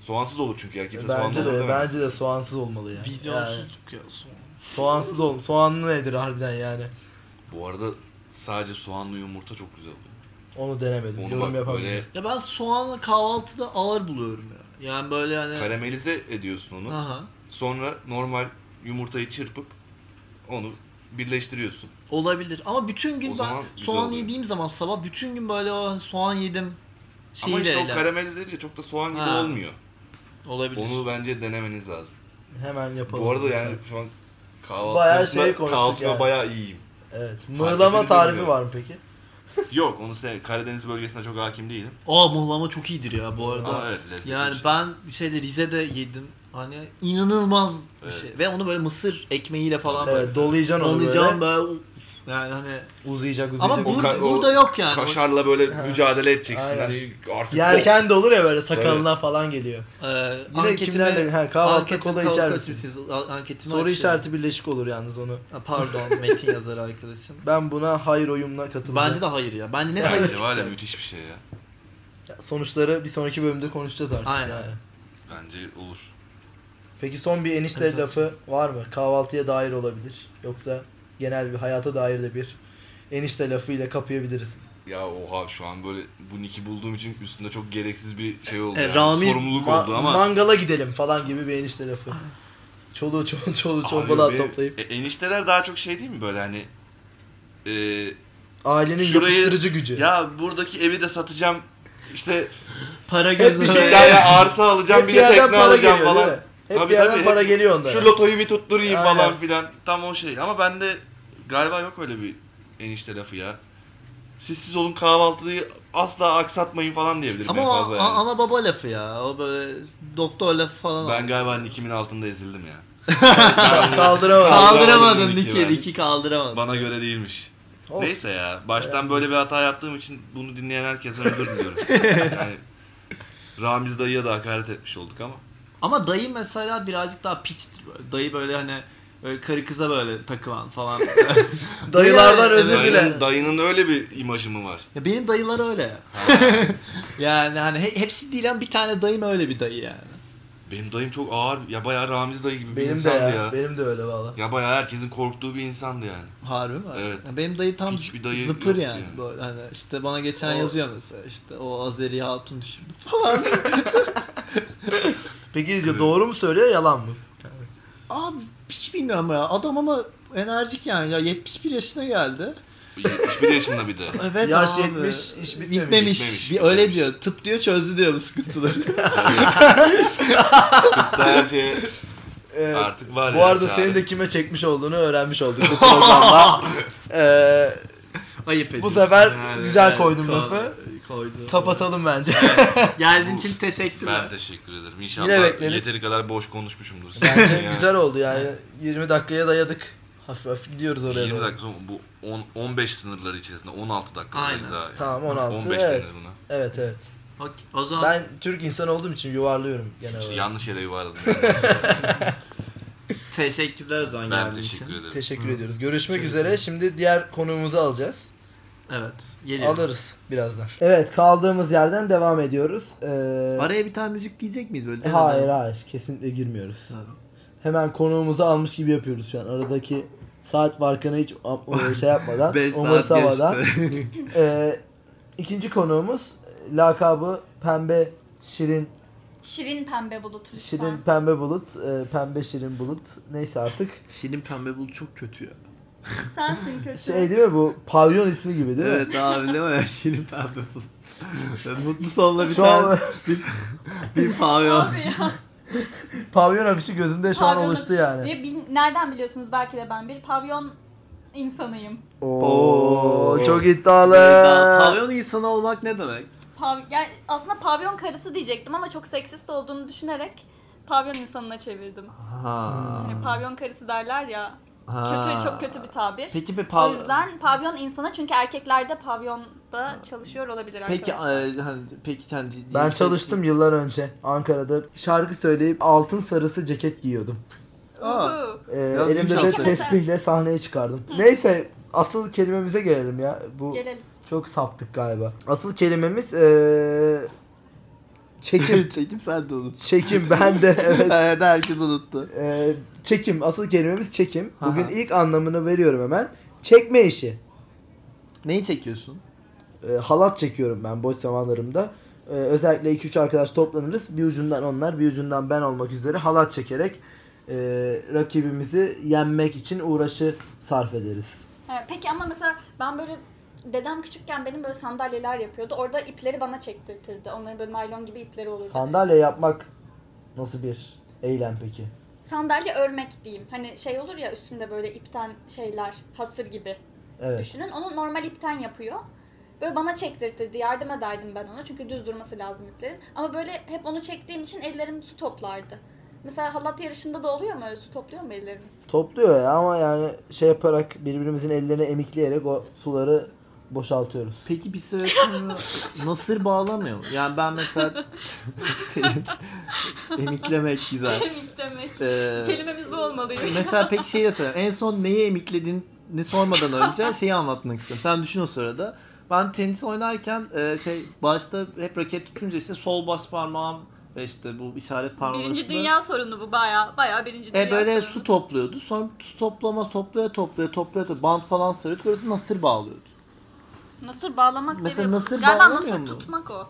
Speaker 3: Soğansız olur çünkü ya kimse soğanlı
Speaker 1: Bence de
Speaker 3: olur demez.
Speaker 1: bence de soğansız olmalı ya. Yani,
Speaker 2: Vizyonsuzluk ya son.
Speaker 1: soğansız ol. Soğanlı nedir harbiden yani?
Speaker 3: Bu arada sadece soğanlı yumurta çok güzel oluyor.
Speaker 1: Onu denemedim.
Speaker 3: Onu
Speaker 1: Yorum
Speaker 3: bak
Speaker 1: yapamayacağım.
Speaker 3: böyle
Speaker 2: Ya ben soğanla kahvaltıda ağır buluyorum ya. Yani böyle hani.
Speaker 3: karamelize ediyorsun onu.
Speaker 2: Aha.
Speaker 3: Sonra normal yumurtayı çırpıp onu birleştiriyorsun.
Speaker 2: Olabilir. Ama bütün
Speaker 3: O
Speaker 2: gün
Speaker 3: zaman
Speaker 2: ben
Speaker 3: güzel
Speaker 2: soğan
Speaker 3: oluyor.
Speaker 2: yediğim zaman sabah bütün gün böyle o hani soğan yedim
Speaker 3: Ama
Speaker 2: şeyiyle
Speaker 3: işte o
Speaker 2: eğlen-
Speaker 3: karamelize edince çok da soğan gibi
Speaker 2: Ha.
Speaker 3: olmuyor.
Speaker 2: olabilir.
Speaker 3: Onu bence denemeniz lazım.
Speaker 1: Hemen yapalım.
Speaker 3: Bu arada yani şu an kahvaltı
Speaker 1: Bayağı
Speaker 3: konusunda-
Speaker 1: şey konuştuk
Speaker 3: kahvaltısında
Speaker 1: yani.
Speaker 3: bayağı iyiyim. (laughs)
Speaker 1: Evet. Mığlama tarifi
Speaker 3: edilmiyor.
Speaker 1: var mı peki?
Speaker 3: Yok onu sev Karadeniz bölgesine çok hakim değilim.
Speaker 2: Aa muhlama çok iyidir ya bu arada.
Speaker 3: Ama evet lezzetli
Speaker 2: Yani
Speaker 3: bir şey.
Speaker 2: ben şeyde Rize'de yedim. Hani inanılmaz bir
Speaker 3: Evet.
Speaker 2: şey. Ve onu böyle mısır ekmeğiyle falan
Speaker 1: Evet, dolayacaksın onu
Speaker 2: böyle.
Speaker 1: böyle.
Speaker 2: Alacağım böyle. uf, Yani hani
Speaker 1: Uzayacak uzayacak.
Speaker 2: ama
Speaker 3: bu-
Speaker 2: bur-
Speaker 3: ka- o
Speaker 2: burada yok yani.
Speaker 3: Kaşarla böyle
Speaker 1: Ha.
Speaker 3: mücadele edeceksin.
Speaker 1: Aynen.
Speaker 3: Hani artık
Speaker 1: Yerken de olur ya böyle sakalına falan geliyor.
Speaker 2: Ee,
Speaker 1: Yine
Speaker 2: anketimi-
Speaker 1: kimlerle ha, kahvaltıda
Speaker 2: anketimi
Speaker 1: kola
Speaker 2: kalk-
Speaker 1: içer
Speaker 2: kalk-
Speaker 1: misiniz?
Speaker 2: Siz a- anketimi
Speaker 1: Soru
Speaker 2: açıyorum.
Speaker 1: işareti birleşik olur yalnız onu.
Speaker 2: Ha, Pardon Metin
Speaker 1: (laughs)
Speaker 2: yazar arkadaşım.
Speaker 1: Ben buna hayır oyumla katılacağım.
Speaker 2: Bence de hayır ya. Bence net hayır
Speaker 3: Bence var ya
Speaker 2: çıkacak.
Speaker 3: müthiş bir şey ya.
Speaker 1: Ya Sonuçları bir sonraki bölümde konuşacağız artık.
Speaker 2: Aynen.
Speaker 1: yani.
Speaker 3: Bence olur.
Speaker 1: Peki son bir enişte
Speaker 2: Tabii,
Speaker 1: lafı var mı? Kahvaltıya dair olabilir. Yoksa genel bir hayata dair de bir enişte lafıyla kapayabiliriz.
Speaker 3: Ya oha şu an böyle bu Nick'i bulduğum için üstünde çok gereksiz bir şey oldu.
Speaker 2: E,
Speaker 3: yani.
Speaker 2: Ramiz-
Speaker 3: Sorumluluk
Speaker 1: Ma-
Speaker 3: oldu ama.
Speaker 1: Mangala gidelim falan gibi bir enişte lafı. Çoluğu ço- çoluğu
Speaker 3: Abi
Speaker 1: çombalığa
Speaker 3: be,
Speaker 1: toplayıp.
Speaker 3: e, enişteler daha çok şey değil mi böyle hani e,
Speaker 1: Ailenin
Speaker 3: şurayı-
Speaker 1: yapıştırıcı gücü.
Speaker 3: ya buradaki evi de satacağım işte
Speaker 2: Para gözü.
Speaker 1: bir
Speaker 3: bir
Speaker 1: şey-
Speaker 2: Ee,
Speaker 3: şeyler ya arsa alacağım
Speaker 1: Hep
Speaker 3: bir
Speaker 1: bir
Speaker 3: de
Speaker 1: yerden
Speaker 3: tekne
Speaker 1: para
Speaker 3: alacağım
Speaker 1: geliyor
Speaker 3: falan.
Speaker 1: değil mi? Hep
Speaker 3: Tabii,
Speaker 1: bir yerden
Speaker 3: tabii,
Speaker 1: para
Speaker 3: hep-
Speaker 1: geliyor onlara.
Speaker 3: Şu lotoyu bir tutturayım
Speaker 1: Aynen.
Speaker 3: falan filan. Tam o şey. Ama bende galiba yok öyle bir enişte lafı ya. Siz siz olun kahvaltıyı asla aksatmayın falan diyebilirim
Speaker 2: Ama
Speaker 3: en
Speaker 2: o
Speaker 3: fazla
Speaker 2: a-
Speaker 3: yani.
Speaker 2: ana baba lafı ya. O böyle doktor lafı falan.
Speaker 3: Ben galiba Nick'imin altında ezildim ya.
Speaker 1: (laughs) Kaldıramadım.
Speaker 2: Kaldıramadın
Speaker 3: Kaldıramadım
Speaker 2: Niki,
Speaker 3: Nick'i ben.
Speaker 2: Niki kaldıramadın.
Speaker 3: Bana göre değilmiş.
Speaker 1: Olsun.
Speaker 3: Neyse ya. Baştan böyle bir hata yaptığım için bunu dinleyen herkese özür
Speaker 1: (laughs)
Speaker 3: diliyorum. yani Ramiz dayıya da hakaret etmiş olduk ama.
Speaker 2: Ama dayı mesela birazcık daha piçtir böyle. Dayı böyle hani böyle karı kıza böyle takılan
Speaker 3: (laughs)
Speaker 2: falan.
Speaker 1: Dayılardan
Speaker 2: Evet.
Speaker 1: özür dile.
Speaker 3: Dayının, dayının öyle bir imajı mı var?
Speaker 2: ya benim dayılar öyle. (laughs) yani hani he- hepsi değil ama bir tane dayım öyle bir dayı yani.
Speaker 3: Benim dayım çok ağır. Ya bayağı Ramiz dayı gibi bir
Speaker 1: Benim de
Speaker 3: insandı
Speaker 1: ya,
Speaker 3: ya. ya.
Speaker 1: Benim de öyle valla.
Speaker 3: bayağı herkesin korktuğu bir insandı yani.
Speaker 2: Harbi mi?
Speaker 3: Evet.
Speaker 2: Ya benim dayı tam
Speaker 3: Hiçbir dayı
Speaker 2: zıpır
Speaker 3: yok
Speaker 2: yani.
Speaker 3: yani.
Speaker 2: Böyle hani işte bana geçen
Speaker 1: O-
Speaker 2: yazıyor mesela işte o Azeri hatun düşürdü
Speaker 3: (laughs)
Speaker 2: falan.
Speaker 1: Peki doğru mu söylüyor yalan mı?
Speaker 2: Abi hiç bilmiyorum ya. Adam ama enerjik yani. Ya 71 yaşına geldi.
Speaker 3: 71
Speaker 1: (laughs)
Speaker 3: yaşında bir de.
Speaker 4: Evet
Speaker 1: Yaş şey
Speaker 4: abi.
Speaker 1: 70 iş bitmemiş.
Speaker 4: Bitmemiş. Bir, öyle
Speaker 3: Bitmemiş.
Speaker 4: diyor. Tıp diyor çözdü diyor bu sıkıntıları.
Speaker 3: (laughs) Tıpta her şey
Speaker 1: Evet.
Speaker 3: artık var
Speaker 1: Ee, Bu
Speaker 3: ya
Speaker 1: arada
Speaker 3: çare.
Speaker 1: senin de kime çekmiş olduğunu öğrenmiş olduk
Speaker 3: (laughs)
Speaker 1: bu programda. Ee,
Speaker 2: Ayıp ediyorsun.
Speaker 1: sefer güzel koydum lafı.
Speaker 2: Koydum.
Speaker 1: kapatalım bence.
Speaker 2: Geldiğin için teşekkürler.
Speaker 3: Ben teşekkür ederim. İnşallah
Speaker 1: Yine bekleriz.
Speaker 3: yeteri kadar boş konuşmuşumdur. (laughs)
Speaker 1: Bence (laughs)
Speaker 3: Yani
Speaker 1: güzel oldu yani. 20 dakikaya dayadık. Hafif hafif gidiyoruz oraya
Speaker 3: 20
Speaker 1: doğru.
Speaker 3: dakika sonra bu 10, 15 sınırları içerisinde 16
Speaker 2: Aynen.
Speaker 3: dakikadayız ha.
Speaker 1: Tamam, 16,
Speaker 3: 15
Speaker 1: evet.
Speaker 3: denir buna.
Speaker 1: Evet evet.
Speaker 2: Bak, o zaman
Speaker 1: Ben Türk insanı olduğum için yuvarlıyorum genel
Speaker 3: İşte
Speaker 1: olarak.
Speaker 3: yanlış
Speaker 1: (laughs)
Speaker 3: yere yuvarladım.
Speaker 2: teşekkürler o zaman
Speaker 3: ben
Speaker 2: geldiğin
Speaker 3: teşekkür
Speaker 2: için.
Speaker 3: ederim.
Speaker 1: Teşekkür ediyoruz. Görüşmek üzere. Şimdi diğer konuğumuzu alacağız.
Speaker 2: Evet. Geliyorum.
Speaker 1: Alırız birazdan. Evet kaldığımız yerden devam ediyoruz. Ee,
Speaker 2: Araya bir tane müzik diyecek miyiz böyle?
Speaker 1: hayır hayır kesinlikle girmiyoruz. Hemen konuğumuzu almış gibi yapıyoruz şu an. Aradaki saat farkına hiç
Speaker 2: (laughs)
Speaker 1: a- şey yapmadan,
Speaker 2: 5 saat
Speaker 1: umursamadan.
Speaker 2: geçti.
Speaker 1: Ee, ikinci konuğumuz lakabı Pembe Şirin
Speaker 5: Şirin pembe bulut lütfen.
Speaker 1: Şirin Pembe Bulut, e, Pembe Şirin Bulut. Neyse artık.
Speaker 2: (laughs) Şirin pembe bul çok kötü ya.
Speaker 5: Sensin kötü.
Speaker 1: Şey değil mi bu? Pavyon ismi gibi değil mi?
Speaker 2: Evet abi değil mi? (laughs) Şirin pembe bul.
Speaker 1: (laughs)
Speaker 2: Mutlu sonla bir
Speaker 1: Şu
Speaker 2: tane
Speaker 1: (laughs) an
Speaker 2: bir, bir
Speaker 1: (laughs)
Speaker 2: pavyon.
Speaker 5: Abi ya.
Speaker 1: pavyon afişi gözümde şu an
Speaker 5: Pavyon
Speaker 1: oluştu
Speaker 5: atışı-
Speaker 1: yani.
Speaker 5: Ve bil- nereden biliyorsunuz belki de ben bir pavyon insanıyım.
Speaker 1: Oo, çok
Speaker 2: Daha
Speaker 1: iddialı.
Speaker 2: pavyon insanı olmak ne demek?
Speaker 5: Pav yani aslında pavyon karısı diyecektim ama çok seksist olduğunu düşünerek pavyon insanına çevirdim.
Speaker 2: Ha.
Speaker 5: Hani pavyon karısı derler ya.
Speaker 2: Ha.
Speaker 5: Kötü çok kötü bir tabir.
Speaker 2: Peki bir
Speaker 5: o
Speaker 2: pavyon
Speaker 5: yüzden pavyon insana çünkü erkeklerde pavyonda çalışıyor olabilir
Speaker 2: Peki
Speaker 5: arkadaşlar.
Speaker 2: e, hani peki sen di-
Speaker 1: Ben
Speaker 2: dizi-
Speaker 1: çalıştım yıllar önce Ankara'da şarkı söyleyip altın sarısı ceket giyiyordum.
Speaker 2: Aa,
Speaker 5: Uhu.
Speaker 1: Ee,
Speaker 2: Yazmış
Speaker 1: elimde de
Speaker 5: şarkı.
Speaker 1: tesbihle sahneye çıkardım. Neyse asıl kelimemize gelelim ya. Bu
Speaker 5: Gelelim.
Speaker 1: çok saptık galiba. Asıl kelimemiz ee,
Speaker 2: (laughs)
Speaker 1: çekim.
Speaker 2: çekim sen de unut.
Speaker 1: çekim ben de evet.
Speaker 2: Evet herkes unuttu.
Speaker 1: Ee, çekim. Asıl kelimemiz çekim.
Speaker 2: Aha.
Speaker 1: Bugün ilk anlamını veriyorum hemen. Çekme işi.
Speaker 2: Neyi çekiyorsun?
Speaker 1: Ee, halat çekiyorum ben boş zamanlarımda. Ee, özellikle 2-3 arkadaş toplanırız. Bir ucundan onlar, bir ucundan ben olmak üzere halat çekerek e, rakibimizi yenmek için uğraşı sarf ederiz.
Speaker 5: Ha, Peki ama mesela ben böyle dedem küçükken benim böyle sandalyeler yapıyordu. Orada ipleri bana çektirtirdi. Onların böyle naylon gibi ipleri olurdu.
Speaker 1: Sandalye yapmak nasıl bir eylem peki?
Speaker 5: Sandalye örmek diyeyim. Hani şey olur ya üstünde böyle ipten şeyler, hasır gibi.
Speaker 1: Evet.
Speaker 5: Düşünün onu normal ipten yapıyor. Böyle bana çektirtirdi, yardım ederdim ben ona. Çünkü düz durması lazım iplerin. Ama böyle hep onu çektiğim için ellerim su toplardı. Mesela halat yarışında da oluyor mu öyle su topluyor mu elleriniz?
Speaker 1: Topluyor ya ama yani şey yaparak birbirimizin ellerini emikleyerek o suları boşaltıyoruz.
Speaker 2: Peki bir süre sonra (laughs) nasır bağlamıyor mu? Yani ben
Speaker 5: (laughs)
Speaker 2: mesela (laughs) emiklemek güzel.
Speaker 5: (laughs) Kemik demek.
Speaker 2: Ee,
Speaker 5: Kelimemiz bu olmalıymış.
Speaker 2: mesela peki şeyi de sorayım. En son neyi emiklediğini sormadan önce şeyi anlatmak istiyorum. Sen düşün o sırada. Ben tenis oynarken e, şey başta hep raket tutunca işte sol baş parmağım ve işte bu işaret parmağım
Speaker 5: Birinci
Speaker 2: arasında-
Speaker 5: dünya sorunu bu baya baya birinci dünya
Speaker 2: E böyle
Speaker 5: sorunu.
Speaker 2: su topluyordu. Sonra su toplama toplaya toplaya toplaya toplaya bant falan sarıyordu. Burası nasır bağlıyordu.
Speaker 5: Nasır bağlamak
Speaker 2: Mesela
Speaker 5: değil.
Speaker 2: nasır
Speaker 5: Galiba
Speaker 2: bağlamıyor
Speaker 5: nasır
Speaker 2: mu?
Speaker 5: tutmak o.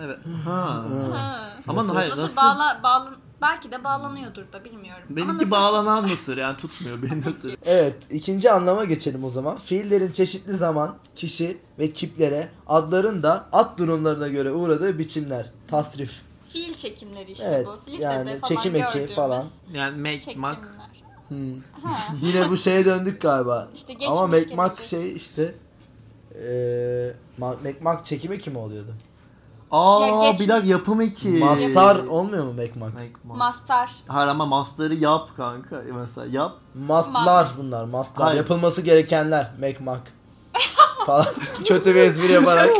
Speaker 2: Evet. Ha.
Speaker 5: Ha.
Speaker 2: Ama hayır
Speaker 5: Nasır
Speaker 2: nasıl?
Speaker 5: bağla, bağlan, belki de bağlanıyordur da bilmiyorum. Ama
Speaker 2: Benimki
Speaker 5: nasır-
Speaker 2: bağlanan mısır yani tutmuyor benim mısır.
Speaker 1: Evet, ikinci anlama geçelim o zaman. Fiillerin çeşitli zaman, kişi ve kiplere, adların da ad durumlarına göre uğradığı biçimler. Tasrif.
Speaker 5: Fiil çekimleri işte
Speaker 1: Evet,
Speaker 5: bu. Lisede
Speaker 1: yani
Speaker 5: falan
Speaker 1: çekim eki
Speaker 5: gördüğümüz
Speaker 1: falan. Hmm.
Speaker 2: Yani make,
Speaker 5: Çekimler.
Speaker 2: mak.
Speaker 5: Ha.
Speaker 1: (laughs) Yine bu şeye döndük galiba.
Speaker 5: İşte geçmiş,
Speaker 1: Ama Mekmak
Speaker 5: gelecek.
Speaker 1: şey işte eee Mekmak çekimi kim oluyordu?
Speaker 2: Aa
Speaker 5: Ya
Speaker 2: bir
Speaker 5: geç-
Speaker 2: dakika yapım eki.
Speaker 1: Mastar olmuyor mu Mekmak?
Speaker 2: Make, mak.
Speaker 5: Mastar.
Speaker 2: Hayır ama mastarı yap kanka. Mesela yap.
Speaker 1: Mastlar bunlar, mastlar.
Speaker 2: Hayır.
Speaker 1: Yapılması gerekenler
Speaker 5: (laughs)
Speaker 1: Mekmak. falan. Kötü bir espri yaparak.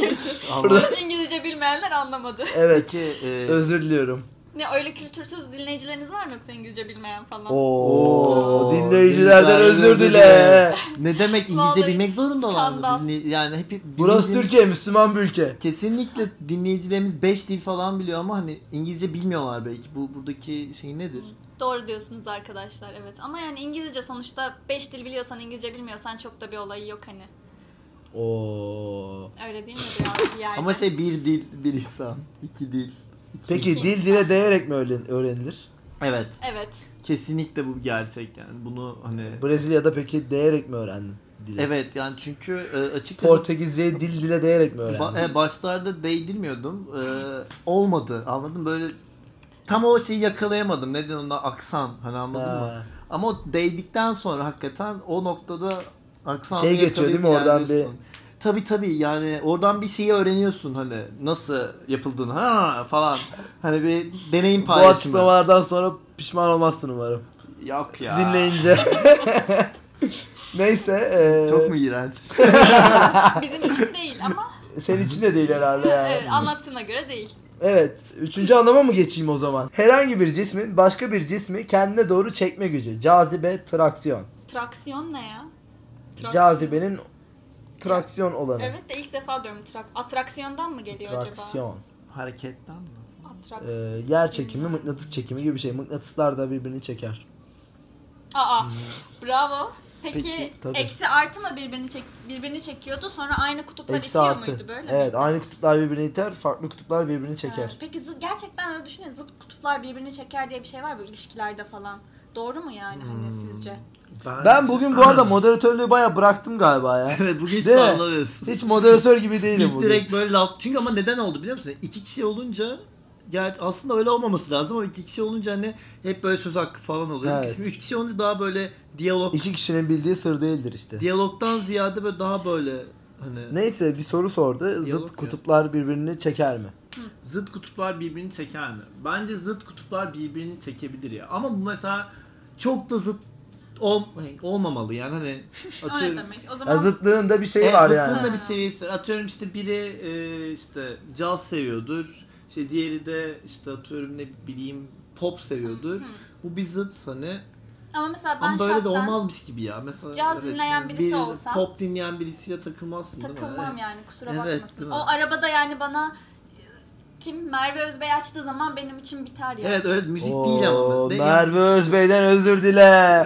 Speaker 2: Ama-
Speaker 5: (laughs) İngilizce bilmeyenler anlamadı.
Speaker 1: evet.
Speaker 2: Peki e,
Speaker 1: Özür diliyorum.
Speaker 5: Ne öyle kültürsüz dinleyicileriniz var mı yoksa İngilizce bilmeyen falan?
Speaker 1: Oo,
Speaker 2: Oo,
Speaker 1: dinleyicilerden
Speaker 2: dinleyicilerden
Speaker 1: özür
Speaker 2: özür
Speaker 1: dile.
Speaker 2: ne demek İngilizce
Speaker 5: Vallahi
Speaker 2: bilmek zorundalar
Speaker 5: skandal.
Speaker 2: mı? Dinle- yani hep
Speaker 1: Burası
Speaker 2: dinleyicilerimiz-
Speaker 1: Türkiye, Müslüman bir ülke.
Speaker 2: Kesinlikle dinleyicilerimiz 5 dil falan biliyor ama hani İngilizce bilmiyorlar belki. Bu buradaki şey nedir?
Speaker 5: Doğru diyorsunuz arkadaşlar evet. Ama yani İngilizce sonuçta 5 dil biliyorsan İngilizce bilmiyorsan çok da bir olayı yok hani.
Speaker 1: Oo.
Speaker 5: Öyle değil mi biraz bir yerde?
Speaker 2: Ama şey bir dil, bir insan, iki dil.
Speaker 1: Peki dil dile değerek mi öğren- öğrenilir?
Speaker 2: Evet.
Speaker 5: Evet.
Speaker 2: Kesinlikle bu bir gerçek yani. Bunu hani
Speaker 1: Brezilya'da peki değerek mi öğrendin? dile.
Speaker 2: Evet yani çünkü e, açıkçası
Speaker 1: Portekizceyi dil dile değerek mi öğrendin?
Speaker 2: Ba- e, başlarda değdirmiyordum. E, olmadı anladın mı? böyle tam o şeyi yakalayamadım. Neden ona aksan hani anladın mı?
Speaker 1: Ha.
Speaker 2: Ama o değdikten sonra hakikaten o noktada aksan
Speaker 1: Şey geçiyor değil mi? Oradan bir-
Speaker 2: Tabi tabi yani oradan bir şeyi öğreniyorsun hani nasıl yapıldığını ha falan hani bir deneyim
Speaker 1: Bu
Speaker 2: paylaşımı.
Speaker 1: açıklamalardan sonra pişman olmazsın umarım.
Speaker 2: Yok ya. (laughs)
Speaker 1: Dinleyince. Neyse. e,
Speaker 2: Çok mu iğrenç?
Speaker 5: Bizim için değil ama
Speaker 1: Senin için de değil herhalde yani.
Speaker 5: evet, Ee, anlattığına göre değil.
Speaker 1: Evet. Üçüncü anlama mı geçeyim o zaman? Herhangi bir cismin başka bir cismi kendine doğru çekme gücü. Cazibe, traksiyon.
Speaker 5: Traksiyon ne ya? Traksiyon.
Speaker 1: Cazibenin traksiyon olanı.
Speaker 5: Evet de ilk defa diyorum trak. Atraksiyondan mı geliyor
Speaker 1: Traksiyon.
Speaker 2: (laughs) Hareketten mi?
Speaker 5: acaba? Atraks.
Speaker 1: Ee, yer çekimi, mıknatıs çekimi gibi bir şey. Mıknatıslar da birbirini çeker.
Speaker 5: Aa. Bravo. Peki,
Speaker 1: Peki, tabii.
Speaker 5: eksi artı mı birbirini çek birbirini çekiyordu sonra aynı kutuplar
Speaker 1: Eksi
Speaker 5: itiyor
Speaker 1: artı.
Speaker 5: muydu böyle?
Speaker 1: Evet,
Speaker 5: mi?
Speaker 1: aynı kutuplar birbirini iter, farklı kutuplar birbirini
Speaker 5: Ha,
Speaker 1: çeker.
Speaker 5: Peki zı- gerçekten öyle düşünüyor. Zıt kutuplar birbirini çeker diye bir şey var bu ilişkilerde falan. Doğru mu yani hani
Speaker 1: Hmm.
Speaker 5: sizce?
Speaker 1: Ben bugün bu arada moderatörlüğü baya bıraktım galiba
Speaker 5: (laughs)
Speaker 1: ya.
Speaker 2: Evet bugün hiç
Speaker 1: Değil mi?
Speaker 2: sallamıyorsun.
Speaker 1: Hiç moderatör gibi değilim
Speaker 2: Biz
Speaker 1: bugün.
Speaker 2: direkt böyle laf... Çünkü ama neden oldu biliyor musun? İki kişi olunca yani aslında öyle olmaması lazım ama iki kişi olunca hani hep böyle söz hakkı falan oluyor.
Speaker 1: Evet.
Speaker 2: Şimdi üç kişi olunca daha böyle diyalog,
Speaker 1: İki kişinin bildiği sır değildir işte.
Speaker 2: diyalogdan ziyade böyle daha böyle hani
Speaker 1: Neyse bir soru sordu.
Speaker 2: Diyalog
Speaker 1: Zıt
Speaker 2: ya.
Speaker 1: kutuplar birbirini çeker mi?
Speaker 2: zıt kutuplar birbirini çeker mi? Bence zıt kutuplar birbirini çekebilir ya. Ama bu mesela çok da zıt ol, olmamalı yani hani
Speaker 5: O ne demek? O zaman
Speaker 1: Ya zıtlığın da bir şeyi
Speaker 2: Evet,
Speaker 1: Şey var
Speaker 2: zıtlığın
Speaker 1: yani.
Speaker 2: E, da bir seviyesi var. Atıyorum işte biri e, işte caz seviyordur. İşte diğeri de işte atıyorum ne bileyim pop seviyordur. Bu bir zıt hani.
Speaker 5: ama mesela ben
Speaker 2: Ama böyle
Speaker 5: şahsen
Speaker 2: de olmazmış gibi ya. Mesela
Speaker 5: caz dinleyen
Speaker 2: şimdi
Speaker 5: birisi olsam-
Speaker 2: Pop dinleyen birisiyle takılmazsın değil mi?
Speaker 5: takılmam
Speaker 2: Evet.
Speaker 5: yani kusura
Speaker 2: Evet,
Speaker 5: bakmasın.
Speaker 2: değil mi?
Speaker 5: O arabada yani bana e, kim Merve Özbey açtığı zaman benim için biter yani.
Speaker 2: Evet öyle müzik
Speaker 1: Oo,
Speaker 2: değil ama. mesela.
Speaker 1: Merve Özbey'den özür
Speaker 2: (laughs)
Speaker 1: dile.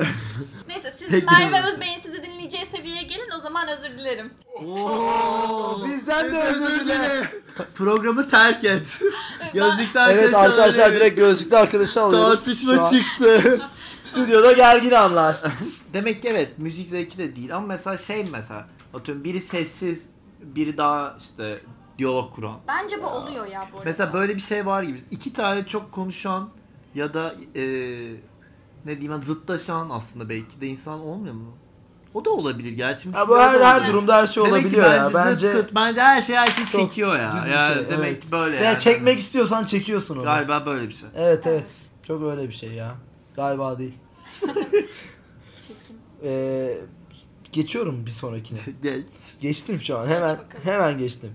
Speaker 5: Neyse siz
Speaker 2: Peki.
Speaker 5: Merve Özbey'in sizi dinleyeceği seviyeye gelin o zaman
Speaker 2: (laughs)
Speaker 5: özür dilerim.
Speaker 1: Bizden de özür dile.
Speaker 2: Programı terk et.
Speaker 5: (laughs)
Speaker 2: Gözlükler
Speaker 1: Evet arkadaşlar direkt gözlükle arkadaşı alıyoruz. Şu
Speaker 2: tartışma
Speaker 1: an
Speaker 2: çıktı. (laughs)
Speaker 1: Stüdyoda gergin anlar.
Speaker 2: Demek ki evet müzik zevki de değil ama mesela şey mesela atıyorum biri sessiz biri daha işte diyalog kuran.
Speaker 5: Bence bu oluyor ya bu arada.
Speaker 2: Mesela böyle bir şey var gibi iki tane çok konuşan ya da e, ne diyeyim ben zıtlaşan aslında belki de insan olmuyor mu? O da olabilir gerçi.
Speaker 1: Ya bu her, her durumda her şey
Speaker 2: Demek ki
Speaker 1: olabiliyor ya.
Speaker 2: bence,
Speaker 1: Bence
Speaker 2: Zıt, kıt, bence her şey her şey
Speaker 1: Çok
Speaker 2: çekiyor
Speaker 1: düz
Speaker 2: ya.
Speaker 1: bir
Speaker 2: Yani
Speaker 1: şey,
Speaker 2: demek
Speaker 1: evet.
Speaker 2: ki böyle
Speaker 1: veya
Speaker 2: yani.
Speaker 1: çekmek istiyorsan çekiyorsun onu.
Speaker 2: Galiba
Speaker 1: (laughs)
Speaker 2: böyle bir şey.
Speaker 1: Evet evet. Çok öyle bir şey ya. Galiba değil.
Speaker 5: Çekim.
Speaker 1: Ee, geçiyorum bir
Speaker 2: (laughs)
Speaker 1: sonrakine.
Speaker 2: Geç.
Speaker 1: Geçtim şu an. Hemen
Speaker 5: bakalım.
Speaker 1: hemen geçtim.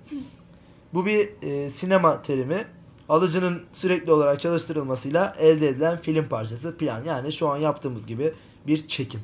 Speaker 1: Bu bir e, sinema terimi. Alıcının sürekli olarak çalıştırılmasıyla elde edilen film parçası plan. Yani şu an yaptığımız gibi bir çekim.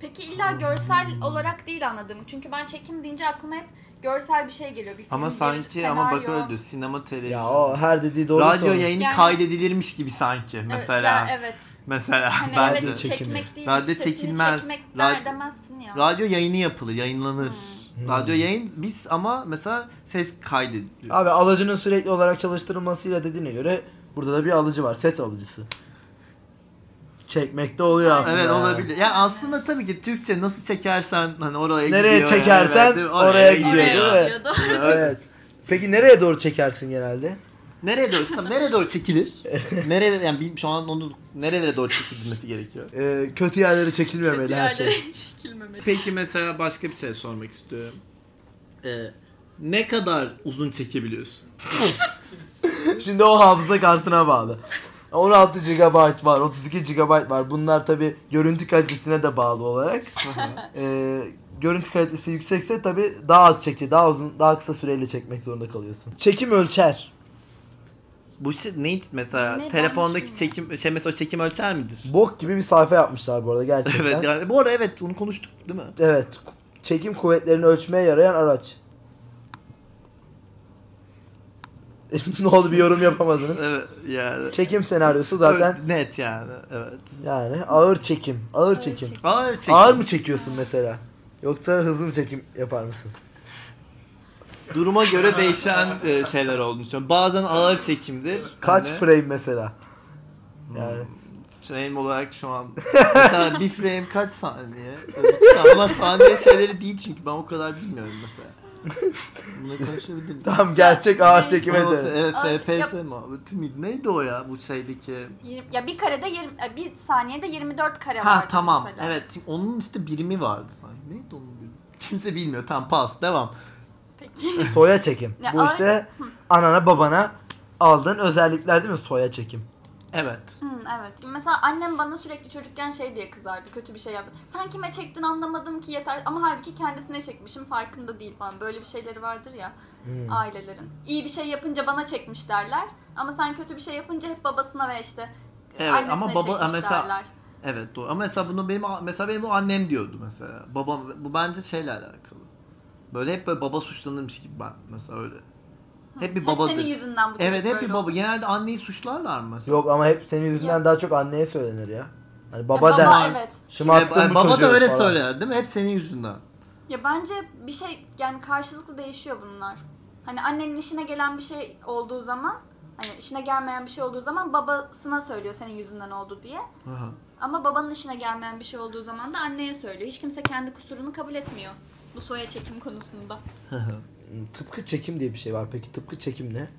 Speaker 5: Peki illa görsel olarak değil anladım. Çünkü ben çekim deyince aklıma hep görsel bir şey geliyor. Bir film,
Speaker 2: Ama
Speaker 5: bir
Speaker 2: sanki
Speaker 5: senaryo.
Speaker 2: ama bak öyle diyor, sinema televizyon.
Speaker 1: Ya o her dediği doğru
Speaker 2: Radyo
Speaker 1: sonuç.
Speaker 2: yayını
Speaker 5: Yani-
Speaker 2: kaydedilirmiş gibi sanki
Speaker 5: Evet,
Speaker 2: mesela.
Speaker 5: ya evet.
Speaker 2: Mesela
Speaker 5: Hani
Speaker 2: (laughs) bence.
Speaker 5: evet
Speaker 1: Çekimi.
Speaker 5: çekmek değil.
Speaker 2: Radyo
Speaker 5: sesini
Speaker 2: çekilmez.
Speaker 5: Çekmek
Speaker 2: Rad-
Speaker 5: demezsin ya.
Speaker 2: Radyo yayını yapılır, yayınlanır.
Speaker 1: Hmm.
Speaker 2: Radyo yayın biz ama mesela ses kaydediliyor.
Speaker 1: Abi alıcının sürekli olarak çalıştırılmasıyla dediğine göre burada da bir alıcı var. Ses alıcısı. Çekmekte oluyor aslında.
Speaker 2: Evet olabilir. Ya aslında tabii ki Türkçe nasıl çekersen hani oraya
Speaker 1: Nereye
Speaker 2: gidiyor. yani,
Speaker 1: çekersen
Speaker 2: evet, değil mi?
Speaker 1: oraya gidiyor,
Speaker 5: Oraya
Speaker 1: değil mi?
Speaker 5: bakıyor, doğru.
Speaker 1: Evet. Peki nereye doğru çekersin genelde?
Speaker 2: Nereye doğru? Tamam, nereye
Speaker 1: (laughs)
Speaker 2: doğru çekilir? nereye yani bil- şu an onu nerelere doğru çekilmesi gerekiyor?
Speaker 1: Ee, kötü yerlere çekilmemeli her
Speaker 5: Diğerleri
Speaker 1: şey.
Speaker 5: (laughs) çekilmemeli.
Speaker 2: Peki mesela başka bir şey sormak istiyorum. Ee, ne kadar uzun çekebiliyorsun?
Speaker 1: (laughs) Şimdi o hafıza kartına bağlı. 16 GB var, 32 GB var. Bunlar tabi görüntü kalitesine de bağlı olarak. Ee, görüntü kalitesi yüksekse tabi daha az çekti, daha uzun, daha kısa süreyle çekmek zorunda kalıyorsun. Çekim ölçer.
Speaker 2: Bu şey ne mesela
Speaker 5: Ne, ben
Speaker 2: telefondaki
Speaker 5: hiç bilmiyorum.
Speaker 2: çekim şey mesela o çekim ölçer midir?
Speaker 1: Bok gibi bir sayfa yapmışlar bu arada gerçekten.
Speaker 2: Evet yani bu arada evet onu konuştuk değil mi?
Speaker 1: Evet. Çekim kuvvetlerini ölçmeye yarayan araç. (laughs) ne oldu bir yorum yapamadınız.
Speaker 2: Evet yani.
Speaker 1: Çekim senaryosu Şey zaten
Speaker 2: Evet, net yani evet.
Speaker 1: yani ağır çekim, ağır çekim.
Speaker 5: çekim.
Speaker 2: Ağır çekim.
Speaker 1: Ağır mı çekiyorsun mesela? Yoksa hızlı mı çekim yapar mısın?
Speaker 2: Duruma göre değişen e, Hani şeyler olduğunu düşünüyorum. Bazen ağır çekimdir.
Speaker 1: Kaç
Speaker 2: Hani
Speaker 1: frame mesela? Yani
Speaker 2: frame olarak şu an. Mesela bir frame kaç saniye? Öyle- Ama saniye şeyleri değil çünkü ben o kadar bilmiyorum mesela. Bunu konuşabilirim.
Speaker 1: Tam gerçek
Speaker 2: (laughs)
Speaker 1: ağır çekime
Speaker 2: Evet,
Speaker 1: de.
Speaker 2: evet,
Speaker 5: Ağır-
Speaker 2: FPS muhabbeti miydi? Neydi o ya bu şeydeki?
Speaker 5: Yirmi- Ya bir karede 20 e, bir saniyede 24 kare vardı
Speaker 2: Ha tamam.
Speaker 5: mesela.
Speaker 2: Evet. çünkü Onun işte birimi vardı sanki. Neydi onun birimi? Kimse bilmiyor. Tamam pas. Devam.
Speaker 5: Peki. (laughs)
Speaker 1: Soya çekim.
Speaker 5: Ya
Speaker 1: Bu
Speaker 5: ağır-
Speaker 1: işte anana babana aldığın özellikler değil mi? Soya çekim.
Speaker 2: Evet.
Speaker 5: Hı, Hmm, evet. Mesela annem bana sürekli çocukken şey diye kızardı. Kötü bir şey yaptı. Sen kime çektin anlamadım ki yeter. Ama halbuki kendisine çekmişim farkında değil falan. Böyle bir şeyleri vardır ya ailelerin. İyi bir şey yapınca bana çekmiş derler. Ama sen kötü bir şey yapınca hep babasına ve işte e,
Speaker 2: Evet,
Speaker 5: annesine
Speaker 2: ama baba-
Speaker 5: çekmiş
Speaker 2: mesela-
Speaker 5: derler.
Speaker 2: Evet doğru. Ama mesela bunu benim mesela benim o annem diyordu mesela. Babam bu bence şeyle alakalı. Böyle hep böyle baba suçlanırmış gibi ben mesela öyle. Hep bir
Speaker 5: Hep
Speaker 2: babadır.
Speaker 5: senin yüzünden bu çocuk
Speaker 2: Evet hep
Speaker 5: böyle
Speaker 2: bir baba.
Speaker 5: oldu.
Speaker 2: Genelde anneyi suçlarlar mı mesela?
Speaker 1: Yok ama hep senin yüzünden daha çok anneye söylenir ya. Hani baba,
Speaker 5: Ya
Speaker 1: der.
Speaker 5: baba evet.
Speaker 1: Şımarttın
Speaker 2: Ee,
Speaker 1: bu
Speaker 2: baba
Speaker 1: çocuğu
Speaker 2: da öyle
Speaker 1: falan.
Speaker 2: söyler değil mi? Hep senin yüzünden.
Speaker 5: Ya bence bir şey yani karşılıklı değişiyor bunlar. Hani annenin işine gelen bir şey olduğu zaman hani işine gelmeyen bir şey olduğu zaman babasına söylüyor senin yüzünden oldu diye.
Speaker 2: Aha.
Speaker 5: Ama babanın işine gelmeyen bir şey olduğu zaman da anneye söylüyor. Hiç kimse kendi kusurunu kabul etmiyor bu soya çekim konusunda.
Speaker 1: Hmm, Tıpkı çekim diye bir şey var. Peki tıpkı çekim ne?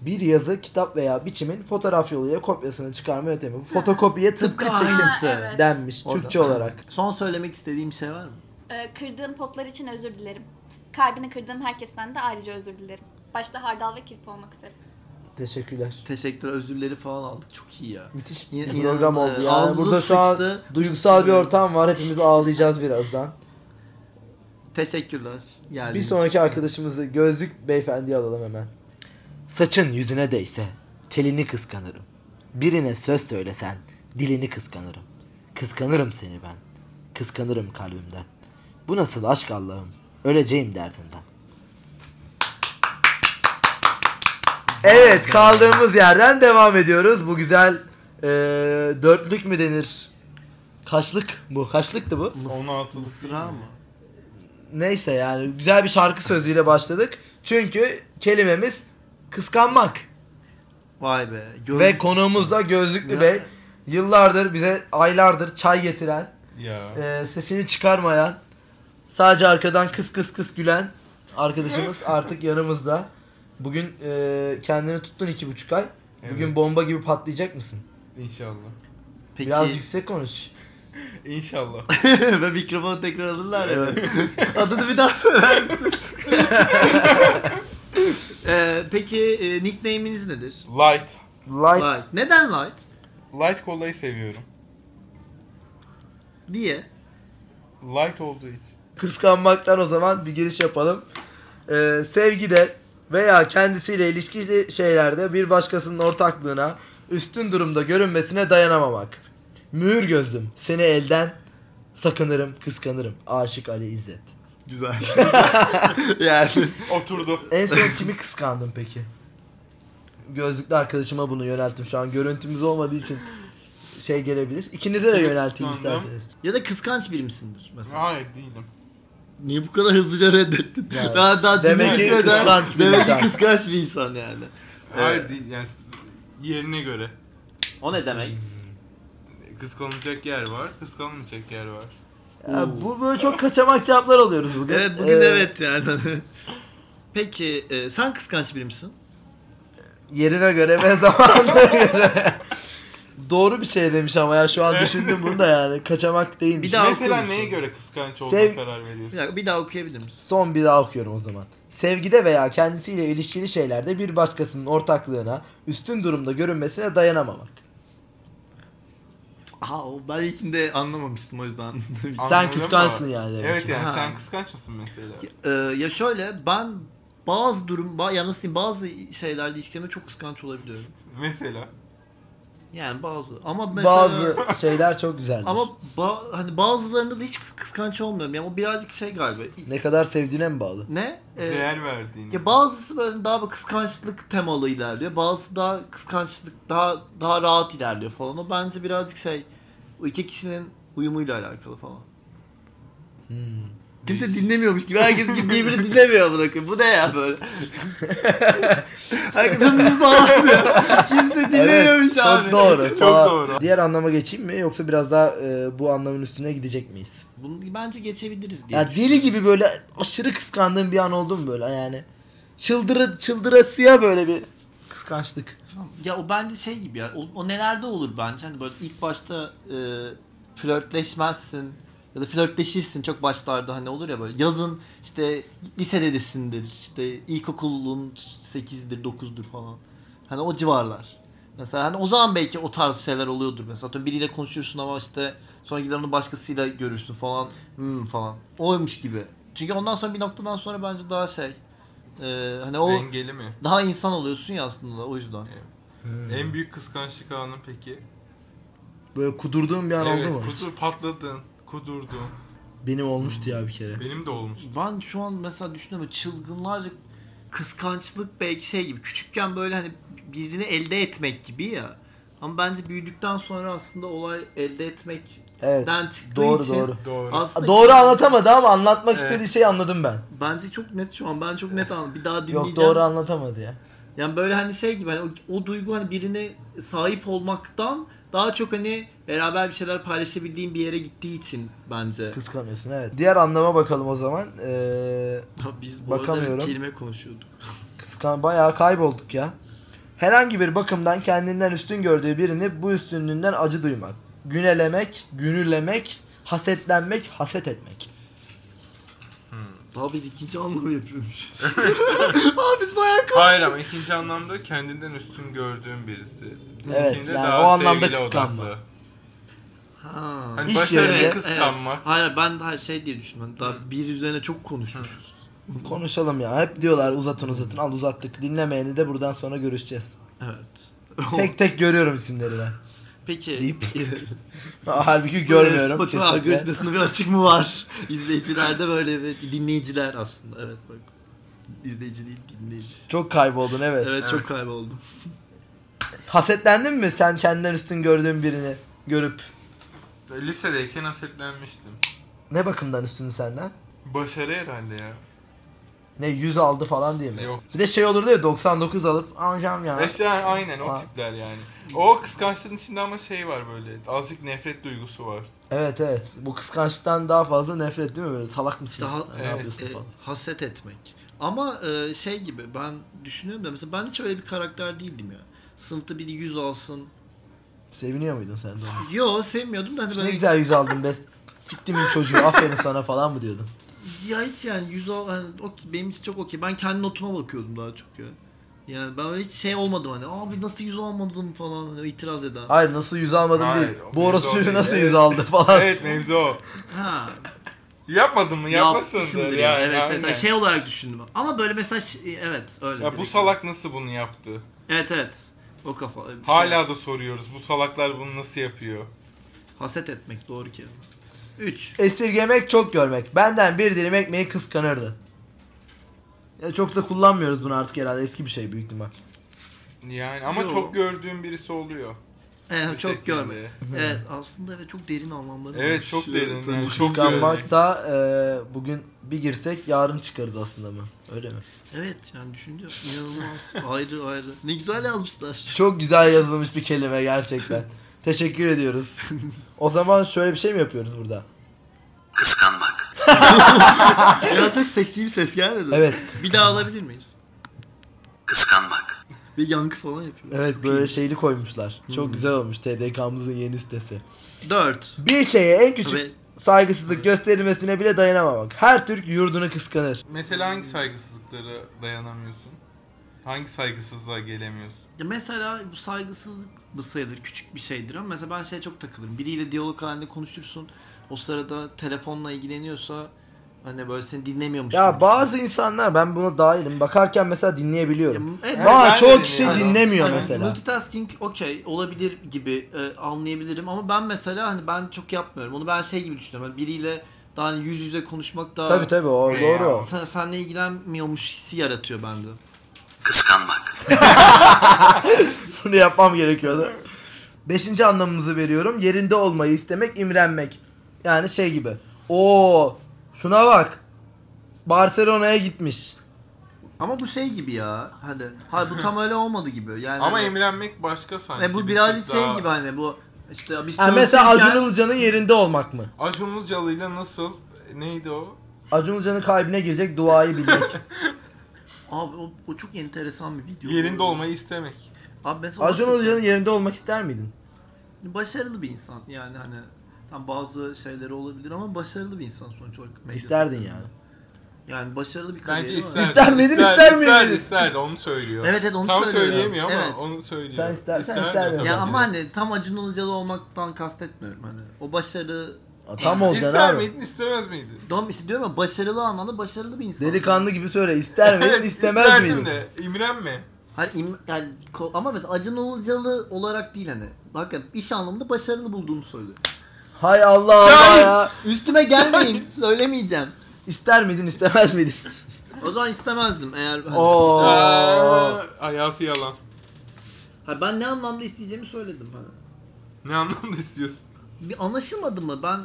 Speaker 1: Bir yazı, kitap veya biçimin fotoğraf yoluyla kopyasını çıkarma yöntemi. Bu Fotokopiye tıpkı,
Speaker 2: Tıpkı
Speaker 1: çekim
Speaker 2: aynısı.
Speaker 5: Ha, evet.
Speaker 1: denmiş
Speaker 2: Orada.
Speaker 1: Türkçe olarak.
Speaker 2: Son söylemek istediğim şey var mı?
Speaker 5: Ee, kırdığım potlar için özür dilerim. Kalbini kırdığım herkesten de ayrıca özür dilerim. Başta hardal ve kirpi olmak üzere.
Speaker 1: Teşekkürler.
Speaker 2: Teşekkür özürleri falan aldık. Çok iyi ya.
Speaker 1: Müthiş
Speaker 2: Yine-
Speaker 1: bir program
Speaker 2: inanılmaz.
Speaker 1: oldu yani.
Speaker 2: Ağzımıza
Speaker 1: Burada şu an
Speaker 2: sıçtı.
Speaker 1: duygusal bir ortam var. Hepimiz ağlayacağız birazdan.
Speaker 2: Teşekkürler. Geldiğiniz
Speaker 1: Bir
Speaker 2: için.
Speaker 1: sonraki arkadaşımızı gözlük beyefendiye alalım hemen. Saçın yüzüne değse telini kıskanırım. Birine söz söylesen dilini kıskanırım. Kıskanırım seni ben. Kıskanırım kalbimden. Bu nasıl aşk Allah'ım? Öleceğim derdinden. Evet kaldığımız yerden devam ediyoruz. Bu güzel eee, dörtlük mü denir? Kaçlık bu. Kaçlıktı bu?
Speaker 6: 16
Speaker 2: Mısra mı?
Speaker 1: Neyse yani güzel bir şarkı sözüyle başladık. Çünkü kelimemiz kıskanmak.
Speaker 2: Vay be. Göz...
Speaker 1: Ve konuğumuz da Gözlüklü Bey. Yıllardır bize aylardır çay getiren,
Speaker 6: Ya.
Speaker 1: e, sesini çıkarmayan, sadece arkadan kıs kıs kıs gülen arkadaşımız artık yanımızda. Bugün e, kendini tuttun iki buçuk ay. Bugün
Speaker 6: Evet.
Speaker 1: bomba gibi patlayacak mısın?
Speaker 6: İnşallah.
Speaker 2: Peki.
Speaker 1: Biraz yüksek konuş.
Speaker 6: İnşallah.
Speaker 2: (laughs) Ve mikrofonu tekrar alırlar ya. Adını bir daha söyler misin? Ee, peki e, nickname'iniz nedir?
Speaker 6: Light.
Speaker 1: Light.
Speaker 2: Light. Neden Light?
Speaker 6: Light kolayı seviyorum.
Speaker 2: Diye.
Speaker 6: Light olduğu için.
Speaker 1: kıskanmaktan o zaman bir giriş yapalım. Ee, sevgide veya kendisiyle ilişkili şeylerde bir başkasının ortaklığına üstün durumda görünmesine dayanamamak. Mühür gözlüm seni elden sakınırım kıskanırım. Aşık Ali İzzet.
Speaker 2: Güzel. yani.
Speaker 6: Oturdu.
Speaker 1: En
Speaker 2: (laughs)
Speaker 1: son kimi kıskandın peki? Gözlüklü arkadaşıma bunu yönelttim şu an. Görüntümüz olmadığı için şey gelebilir. İkinize de
Speaker 6: Kimi
Speaker 1: yönelteyim
Speaker 6: kıskandın?
Speaker 1: isterseniz.
Speaker 2: Ya da kıskanç biri misindir mesela?
Speaker 6: Hayır değilim.
Speaker 2: Niye bu kadar hızlıca reddettin?
Speaker 1: Ya,
Speaker 2: daha daha
Speaker 1: demek
Speaker 2: cümle
Speaker 1: ki
Speaker 2: bitmeden-
Speaker 1: kıskanç bir
Speaker 2: Demek ki
Speaker 1: insan.
Speaker 2: kıskanç bir insan yani.
Speaker 6: Hayır
Speaker 2: Evet.
Speaker 6: değil. Yani yerine göre.
Speaker 2: O ne demek?
Speaker 6: Kıskanılacak yer var, kıskanılmayacak yer var.
Speaker 1: Ya bu böyle çok kaçamak cevaplar alıyoruz bugün.
Speaker 2: Evet bugün
Speaker 1: Ee,
Speaker 2: evet yani. (laughs) Peki e, sen kıskanç biri misin?
Speaker 1: Yerine göre ve (laughs) zamanına göre. Doğru bir şey demiş ama ya şu an düşündüm bunu da yani. Kaçamak değilmiş.
Speaker 2: Bir daha
Speaker 6: Mesela
Speaker 2: okur musun?
Speaker 6: neye göre kıskanç olduğuna
Speaker 1: Sev-
Speaker 6: karar veriyorsun?
Speaker 2: Bir dakika bir daha okuyabilir misin?
Speaker 1: Son bir daha okuyorum o zaman. Sevgide veya kendisiyle ilişkili şeylerde bir başkasının ortaklığına, üstün durumda görünmesine dayanamamak.
Speaker 2: Aha o- ben ilkinde anlamamıştım o yüzden. (laughs)
Speaker 6: Anladın
Speaker 1: Sen
Speaker 6: mı?
Speaker 1: kıskansın yani. demek
Speaker 6: Evet
Speaker 1: ki.
Speaker 6: yani
Speaker 2: Ha.
Speaker 6: sen kıskanç mısın mesela?
Speaker 2: Ee, ya şöyle ben bazı durum, ba- yalnız diyeyim bazı şeylerde ilişkilerime çok kıskanç olabiliyorum.
Speaker 6: Mesela.
Speaker 2: Yani bazı ama mesela...
Speaker 1: Bazı şeyler çok güzeldir.
Speaker 2: Ama ba- hani bazılarında da hiç kıs- kıskanç olmuyorum. Yani o birazcık şey galiba.
Speaker 1: Ne kadar sevdiğine mi bağlı?
Speaker 2: Ne?
Speaker 1: E,
Speaker 2: Ee,
Speaker 6: Değer verdiğini.
Speaker 2: ya bazısı böyle daha bir kıskançlık temalı ilerliyor. Bazısı daha kıskançlık daha daha rahat ilerliyor falan. O bence birazcık şey o iki kişinin uyumuyla alakalı falan. Kimse dinlemiyormuş
Speaker 1: (laughs)
Speaker 2: gibi. Herkes gibi birbirini dinlemiyor bırakın. Bu ne ya böyle? Herkes birbirini sağlamıyor. Kimse dinlemiyormuş abi.
Speaker 1: Çok doğru.
Speaker 6: Çok
Speaker 1: Sağ-
Speaker 6: doğru.
Speaker 1: Diğer anlama geçeyim mi yoksa biraz daha e, bu anlamın üstüne gidecek miyiz?
Speaker 2: Bunu bence geçebiliriz diye.
Speaker 1: Ya deli gibi böyle aşırı kıskandığım bir an oldu mu böyle yani? Çıldırı çıldırasıya böyle bir kıskançlık.
Speaker 2: Ya o bence şey gibi ya. O, o nelerde olur bence. Hani böyle ilk başta e, flörtleşmezsin ya da flörtleşirsin çok başlarda hani olur ya böyle yazın işte lisedesindir işte ilkokulun 8'dir 9'dur falan. Hani o civarlar. Mesela hani o zaman belki o tarz şeyler oluyordur mesela. Atıyorum biriyle konuşuyorsun ama işte sonra gider onu başkasıyla görürsün falan hmm falan. Oymuş gibi. Çünkü ondan sonra bir noktadan sonra bence daha şey e, hani o
Speaker 6: Dengeli mi?
Speaker 2: daha insan oluyorsun ya aslında o yüzden.
Speaker 1: Hmm.
Speaker 6: En büyük kıskançlık anı peki?
Speaker 1: Böyle kudurduğum bir an
Speaker 6: evet,
Speaker 1: oldu mu?
Speaker 6: kudur patladın, kudurdun.
Speaker 1: Benim olmuştu ya bir kere.
Speaker 6: Benim de olmuş.
Speaker 2: Ben şu an mesela düşünüyorum çılgınlarca kıskançlık belki şey gibi küçükken böyle hani birini elde etmek gibi ya. Ama bence büyüdükten sonra aslında olay elde etmekten
Speaker 1: Evet.
Speaker 2: çıktığı
Speaker 1: Doğru
Speaker 2: için
Speaker 1: doğru.
Speaker 6: Doğru.
Speaker 2: aslında
Speaker 1: Doğru anlatamadı ama anlatmak
Speaker 6: Evet.
Speaker 1: istediği şeyi anladım ben.
Speaker 2: bence çok net şu an ben çok net anladım. Bir daha dinleyeceğim.
Speaker 1: Yok doğru anlatamadı ya.
Speaker 2: Yani böyle hani şey gibi hani o, o duygu hani birine sahip olmaktan daha çok hani beraber bir şeyler paylaşabildiğin bir yere gittiği için bence.
Speaker 1: Kıskanıyorsun evet. Diğer anlama bakalım o zaman. Ee,
Speaker 2: Biz bu arada
Speaker 1: Bakamıyorum.
Speaker 2: kelime konuşuyorduk.
Speaker 1: kıskan bayağı kaybolduk ya. Herhangi bir bakımdan kendinden üstün gördüğü birini bu üstünlüğünden acı duymak. Günelemek, günürlemek, hasetlenmek, haset etmek.
Speaker 2: Daha biz ikinci anlamı yapıyormuş.
Speaker 6: Hayır ama ikinci anlamda kendinden üstün gördüğüm birisi.
Speaker 1: Evet,
Speaker 6: İkincinde
Speaker 1: yani
Speaker 6: daha
Speaker 1: o anlamda
Speaker 6: sevgili
Speaker 1: kıskanma.
Speaker 6: odaklı.
Speaker 2: Ha.
Speaker 6: Hani
Speaker 1: İş
Speaker 6: başarıya
Speaker 1: yerinde,
Speaker 6: kıskanmak.
Speaker 2: Hayır ben her şey diye düşündüm. Daha bir üzerine çok konuşmuş.
Speaker 1: Konuşalım ya. Hep diyorlar uzatın uzatın. Al uzattık. Dinlemeyeni de buradan sonra görüşeceğiz.
Speaker 2: Evet.
Speaker 1: (laughs) Tek tek görüyorum isimleri ben.
Speaker 2: (laughs) Peki.
Speaker 1: Deyip- Halbuki (laughs) görmüyorum.
Speaker 2: Spotify
Speaker 1: kesinlikle.
Speaker 2: algoritmasında bir açık mı var? (laughs) İzleyicilerde böyle bir dinleyiciler aslında. Evet bak. İzleyici değil dinleyici.
Speaker 1: Çok kayboldun evet.
Speaker 2: Evet, çok kayboldum.
Speaker 1: Hasetlendin mi sen kendinden üstün gördüğün birini görüp?
Speaker 6: Lisedeyken hasetlenmiştim.
Speaker 1: Ne bakımdan üstünü senden?
Speaker 6: Başarı herhalde ya.
Speaker 1: Ne 100 aldı falan diye mi?
Speaker 6: Yok.
Speaker 1: Bir de şey olurdu ya 99 alıp amcam ya.
Speaker 6: Eşya aynen o
Speaker 1: Ha.
Speaker 6: tipler yani. O kıskançlığın içinde ama şey var böyle. Azıcık nefret duygusu var.
Speaker 1: Evet evet. Bu kıskançlıktan daha fazla nefret değil mi böyle? Salak mısın?
Speaker 2: İşte ha-
Speaker 1: Sen
Speaker 6: evet,
Speaker 1: ne yapıyorsun
Speaker 2: E,
Speaker 1: falan.
Speaker 2: haset etmek. Ama e, şey gibi ben düşünüyorum da mesela ben hiç öyle bir karakter değildim ya. Sınıfta biri 100 alsın.
Speaker 1: Seviniyor muydun sen de onu?
Speaker 2: Yo sevmiyordum da hani
Speaker 1: Ne
Speaker 2: böyle-
Speaker 1: güzel 100 aldın be. Siktimin
Speaker 6: (laughs)
Speaker 1: çocuğu aferin sana falan mı diyordun?
Speaker 2: Ya hiç yani 100 o, hani, okey, benim için çok okey. Ben kendi notuma bakıyordum daha çok ya. Yani ben öyle hiç şey olmadım hani abi nasıl 100 almadım falan hani itiraz eden.
Speaker 1: Hayır nasıl 100 almadım
Speaker 6: Hayır,
Speaker 1: değil.
Speaker 6: o
Speaker 1: Bu
Speaker 6: yüz
Speaker 1: orospuyu
Speaker 6: aldı.
Speaker 1: nasıl
Speaker 6: Evet.
Speaker 1: 100 aldı falan.
Speaker 6: evet mevzu o. (laughs)
Speaker 2: Ha.
Speaker 6: Yapmadın mı?
Speaker 2: yapmışımdır
Speaker 6: Yapmasındır
Speaker 2: ya,
Speaker 6: yani.
Speaker 2: Evet, evet.
Speaker 6: aynen.
Speaker 2: Yani şey olarak düşündüm. Ama böyle mesela şey- evet öyle.
Speaker 6: Ya bu
Speaker 2: direkt.
Speaker 6: salak nasıl bunu yaptı?
Speaker 2: Evet evet. O kafa. Bir şey-
Speaker 6: Hala da soruyoruz. Bu salaklar bunu nasıl yapıyor?
Speaker 2: haset etmek doğru ki. 3.
Speaker 1: Esirgemek çok görmek. Benden bir dilim ekmeği kıskanırdı. Ya çok da kullanmıyoruz bunu artık herhalde. Eski bir şey büyük ihtimal.
Speaker 6: Yani ama
Speaker 2: Yo.
Speaker 6: çok gördüğüm birisi oluyor.
Speaker 2: Evet,
Speaker 6: Bir
Speaker 2: Ee, çok
Speaker 6: şekilde. (laughs)
Speaker 2: görme. Evet aslında evet çok derin anlamları var.
Speaker 6: Evet çok derin. Yani çok görmek.
Speaker 1: Kıskanmak da e, bugün bir girsek yarın çıkarız aslında mı? Öyle mi?
Speaker 2: Evet yani düşünce inanılmaz (laughs) ayrı ayrı. Ne güzel yazmışlar. (laughs)
Speaker 1: Çok güzel yazılmış bir kelime
Speaker 6: (laughs)
Speaker 1: gerçekten. Teşekkür ediyoruz. O zaman şöyle bir şey mi yapıyoruz burada?
Speaker 7: Kıskanmak.
Speaker 2: ya çok seksi bir ses gelmedi.
Speaker 1: Evet.
Speaker 2: Bir daha alabilir miyiz?
Speaker 7: Kıskanmak.
Speaker 2: Bir yankı falan yapıyor.
Speaker 1: Evet böyle şeyli koymuşlar.
Speaker 6: Hmm.
Speaker 1: Çok güzel olmuş TDK'mızın yeni sitesi.
Speaker 2: 4.
Speaker 1: Bir şeye en
Speaker 2: Ve
Speaker 1: küçük saygısızlık gösterilmesine bile dayanamamak. Her Türk yurdunu kıskanır.
Speaker 6: Mesela hangi saygısızlıklara dayanamıyorsun? Hangi saygısızlığa gelemiyorsun?
Speaker 2: ya mesela bu saygısızlık mı sayılır? Küçük bir şeydir ama mesela ben şeye çok takılırım. Biriyle diyalog halinde konuşursun. O sırada telefonla ilgileniyorsa hani böyle seni dinlemiyormuş.
Speaker 1: Ya
Speaker 2: gibi.
Speaker 1: bazı insanlar ben buna dahilim. Bakarken mesela
Speaker 2: Ya,
Speaker 1: dinleyebiliyorum.
Speaker 2: evet,
Speaker 1: Daha
Speaker 6: ben de
Speaker 1: çoğu
Speaker 6: dinliyorum.
Speaker 1: kişi
Speaker 6: Hani-
Speaker 1: dinlemiyor
Speaker 2: Hani
Speaker 1: mesela.
Speaker 2: Multitasking okey olabilir gibi e, anlayabilirim ama ben mesela hani ben çok yapmıyorum. Onu ben şey gibi düşünüyorum. Hani biriyle daha hani yüz yüze konuşmak daha
Speaker 1: Tabi tabi o
Speaker 6: Ya.
Speaker 1: doğru. o.
Speaker 2: sen, senle ilgilenmiyormuş hissi yaratıyor bende.
Speaker 7: Kıskanmak.
Speaker 1: (laughs) Bunu yapmam gerekiyordu. Beşinci anlamımızı veriyorum. Yerinde olmayı istemek, imrenmek. Yani şey gibi. Oo Şuna bak. Barcelona'ya gitmiş.
Speaker 2: Ama bu şey gibi ya. Hani ha bu tam öyle olmadı gibi. Yani hani,
Speaker 6: Ama emlenmek başka sanki.
Speaker 2: Ve bu
Speaker 6: bir
Speaker 2: birazcık
Speaker 6: tık
Speaker 2: şey
Speaker 6: daha-
Speaker 2: gibi hani bu işte biz
Speaker 1: Ha, mesela
Speaker 2: çalışırken-
Speaker 1: Acun Ilıcan'ın yerinde olmak mı?
Speaker 6: Acun Ilıcalı'yla nasıl neydi o?
Speaker 1: Acun Ilıcan'ın kalbine girecek duayı bilmek.
Speaker 2: Abi o, o çok enteresan bir video.
Speaker 6: Yerinde olmayı istemek.
Speaker 2: Abi mesela
Speaker 1: (laughs) Acun
Speaker 2: hakikaten
Speaker 1: Ilıcan'ın yerinde olmak ister miydin?
Speaker 2: başarılı bir insan yani hani tam bazı şeyleri olabilir ama başarılı bir insan sonuç olarak. medya
Speaker 1: İsterdin
Speaker 2: sektöründe.
Speaker 1: yani.
Speaker 2: Yani başarılı bir
Speaker 6: Bence
Speaker 2: kariyeri var.
Speaker 6: isterdi.
Speaker 1: İster miydin, ister miydin?
Speaker 6: isterdi, isterdi, onu söylüyor.
Speaker 2: Evet evet onu
Speaker 6: Tam
Speaker 2: söylüyorum.
Speaker 6: söyleyemiyor ama
Speaker 2: evet.
Speaker 6: onu söylüyor.
Speaker 1: Sen ister- sen
Speaker 6: İsterdi
Speaker 1: isterdin.
Speaker 6: tabii
Speaker 1: Bence
Speaker 2: Ya
Speaker 6: ki.
Speaker 2: ama hani tam Acun Ilıcalı olmaktan kastetmiyorum hani. O başarı
Speaker 1: Ha, Tam olacaksın
Speaker 6: İster
Speaker 1: abi.
Speaker 6: miydin istemez miydin?
Speaker 2: Tamam işte diyorum ya başarılı anlamda başarılı bir insan.
Speaker 1: Delikanlı gibi söyle. İster miydin istemez
Speaker 6: isterdim
Speaker 1: miydin?
Speaker 6: de. İmrenme.
Speaker 2: Hayır, Hani im- yani, ko- ama mesela Acun Ilıcalı olarak değil hani. Bakın iş anlamında başarılı
Speaker 1: (laughs)
Speaker 2: bulduğumu söylüyor.
Speaker 1: Hay Allah Allah ya.
Speaker 2: Üstüme gelmeyin söylemeyeceğim.
Speaker 1: İster miydin istemez miydin?
Speaker 2: O zaman istemezdim eğer. Hani,
Speaker 1: Oo.
Speaker 6: Aa, hayatı yalan.
Speaker 2: Ha, ben ne anlamda isteyeceğimi söyledim. Hani.
Speaker 6: Ne anlamda istiyorsun?
Speaker 2: Bir anlaşılmadı mı ben?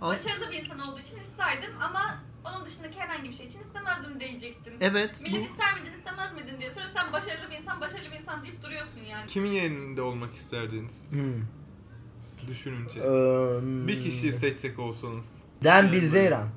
Speaker 2: Ama-
Speaker 5: Başarılı bir insan olduğu için isterdim ama onun dışındaki herhangi bir şey için istemezdim diyecektin.
Speaker 2: Evet.
Speaker 5: Millet ister miydin istemez miydin diye soruyor. Sen başarılı bir insan başarılı bir insan deyip duruyorsun yani.
Speaker 6: Kimin yerinde olmak isterdiniz?
Speaker 1: Hmm.
Speaker 6: Düşününce.
Speaker 1: Ee, Eee, hmm.
Speaker 6: Bir kişiyi seçsek olsanız.
Speaker 1: Den Bilzeyran.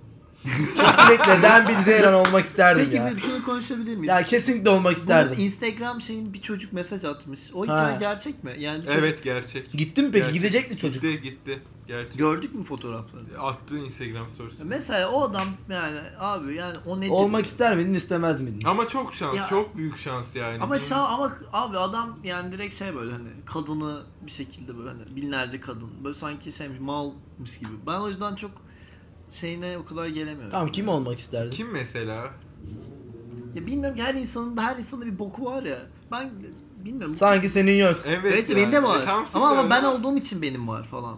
Speaker 1: Kesinlikle Den Bilzeyran olmak
Speaker 2: Bu...
Speaker 1: isterdim
Speaker 2: Peki
Speaker 1: ya.
Speaker 2: bir şunu konuşabilir miyiz?
Speaker 1: Ya kesinlikle olmak
Speaker 2: Bu
Speaker 1: isterdim.
Speaker 2: Instagram şeyin bir çocuk mesaj atmış. O hikaye
Speaker 1: Ha.
Speaker 2: gerçek mi? Yani bir çocuk-
Speaker 6: Evet gerçek.
Speaker 1: Gitti mi peki?
Speaker 6: Gerçek.
Speaker 1: Gidecekti çocuk.
Speaker 6: Gitti gitti. Gerçek.
Speaker 2: Gördük mü fotoğrafları?
Speaker 6: Attığın Instagram storiesi.
Speaker 2: Mesela o adam yani abi yani o nedir?
Speaker 1: Olmak ister miydin istemez miydin?
Speaker 6: Ama çok şans,
Speaker 2: Ya-
Speaker 6: çok büyük şans yani.
Speaker 2: Ama
Speaker 6: Benim-
Speaker 2: şa ama abi adam yani direkt şey böyle hani kadını bir şekilde böyle hani binlerce kadın böyle sanki şey bir malmış gibi. Ben o yüzden çok şeyine o kadar gelemiyorum.
Speaker 1: Tamam kim olmak isterdin?
Speaker 6: Kim mesela?
Speaker 2: Ya bilmiyorum ki her insanın da her insanda bir boku var ya. Ben bilmiyorum.
Speaker 1: Sanki senin yok.
Speaker 6: Evet.
Speaker 2: Belki
Speaker 6: yani.
Speaker 2: bende var.
Speaker 6: E, tamsın
Speaker 2: ama
Speaker 6: da
Speaker 2: ama ben
Speaker 6: öyle.
Speaker 2: olduğum için benim var falan.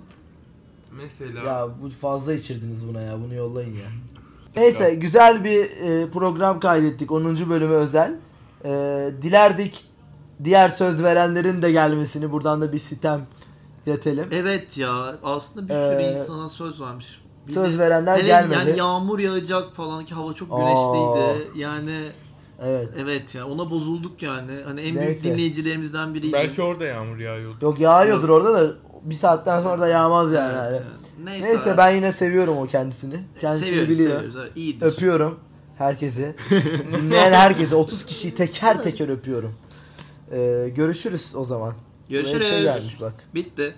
Speaker 6: Mesela.
Speaker 1: Ya bu fazla içirdiniz buna ya. Bunu yollayın
Speaker 2: (laughs)
Speaker 1: ya. Neyse güzel bir e, program kaydettik. 10. bölümü özel. E, dilerdik diğer söz verenlerin de gelmesini. Buradan da bir sitem iletelim.
Speaker 2: Evet ya aslında bir sürü
Speaker 1: Ee,
Speaker 2: insana söz vermiş. Bir
Speaker 1: söz
Speaker 2: de-
Speaker 1: verenler
Speaker 2: Hele
Speaker 1: gelmedi.
Speaker 2: Yani yağmur yağacak falan ki hava çok
Speaker 1: Aa.
Speaker 2: güneşliydi. Yani
Speaker 1: Evet.
Speaker 2: evet ya ona bozulduk yani. Hani en büyük
Speaker 1: Neyse.
Speaker 2: dinleyicilerimizden biriydi.
Speaker 6: Belki orada yağmur yağıyordu.
Speaker 1: Yok yağıyordur orada da bir saatten sonra da yağmaz yani.
Speaker 2: Evet,
Speaker 1: hani.
Speaker 2: yani. Neyse,
Speaker 1: Neyse ben yine seviyorum o kendisini. Kendisini
Speaker 2: seviyoruz,
Speaker 1: biliyor.
Speaker 2: seviyoruz. Evet, iyidir.
Speaker 1: Öpüyorum
Speaker 2: (laughs)
Speaker 1: herkesi. Dinleyen herkesi. 30 kişiyi teker teker öpüyorum. Ee, görüşürüz o zaman. Buraya bir
Speaker 2: Görüşürüz.
Speaker 1: şey gelmiş bak.
Speaker 2: Bitti.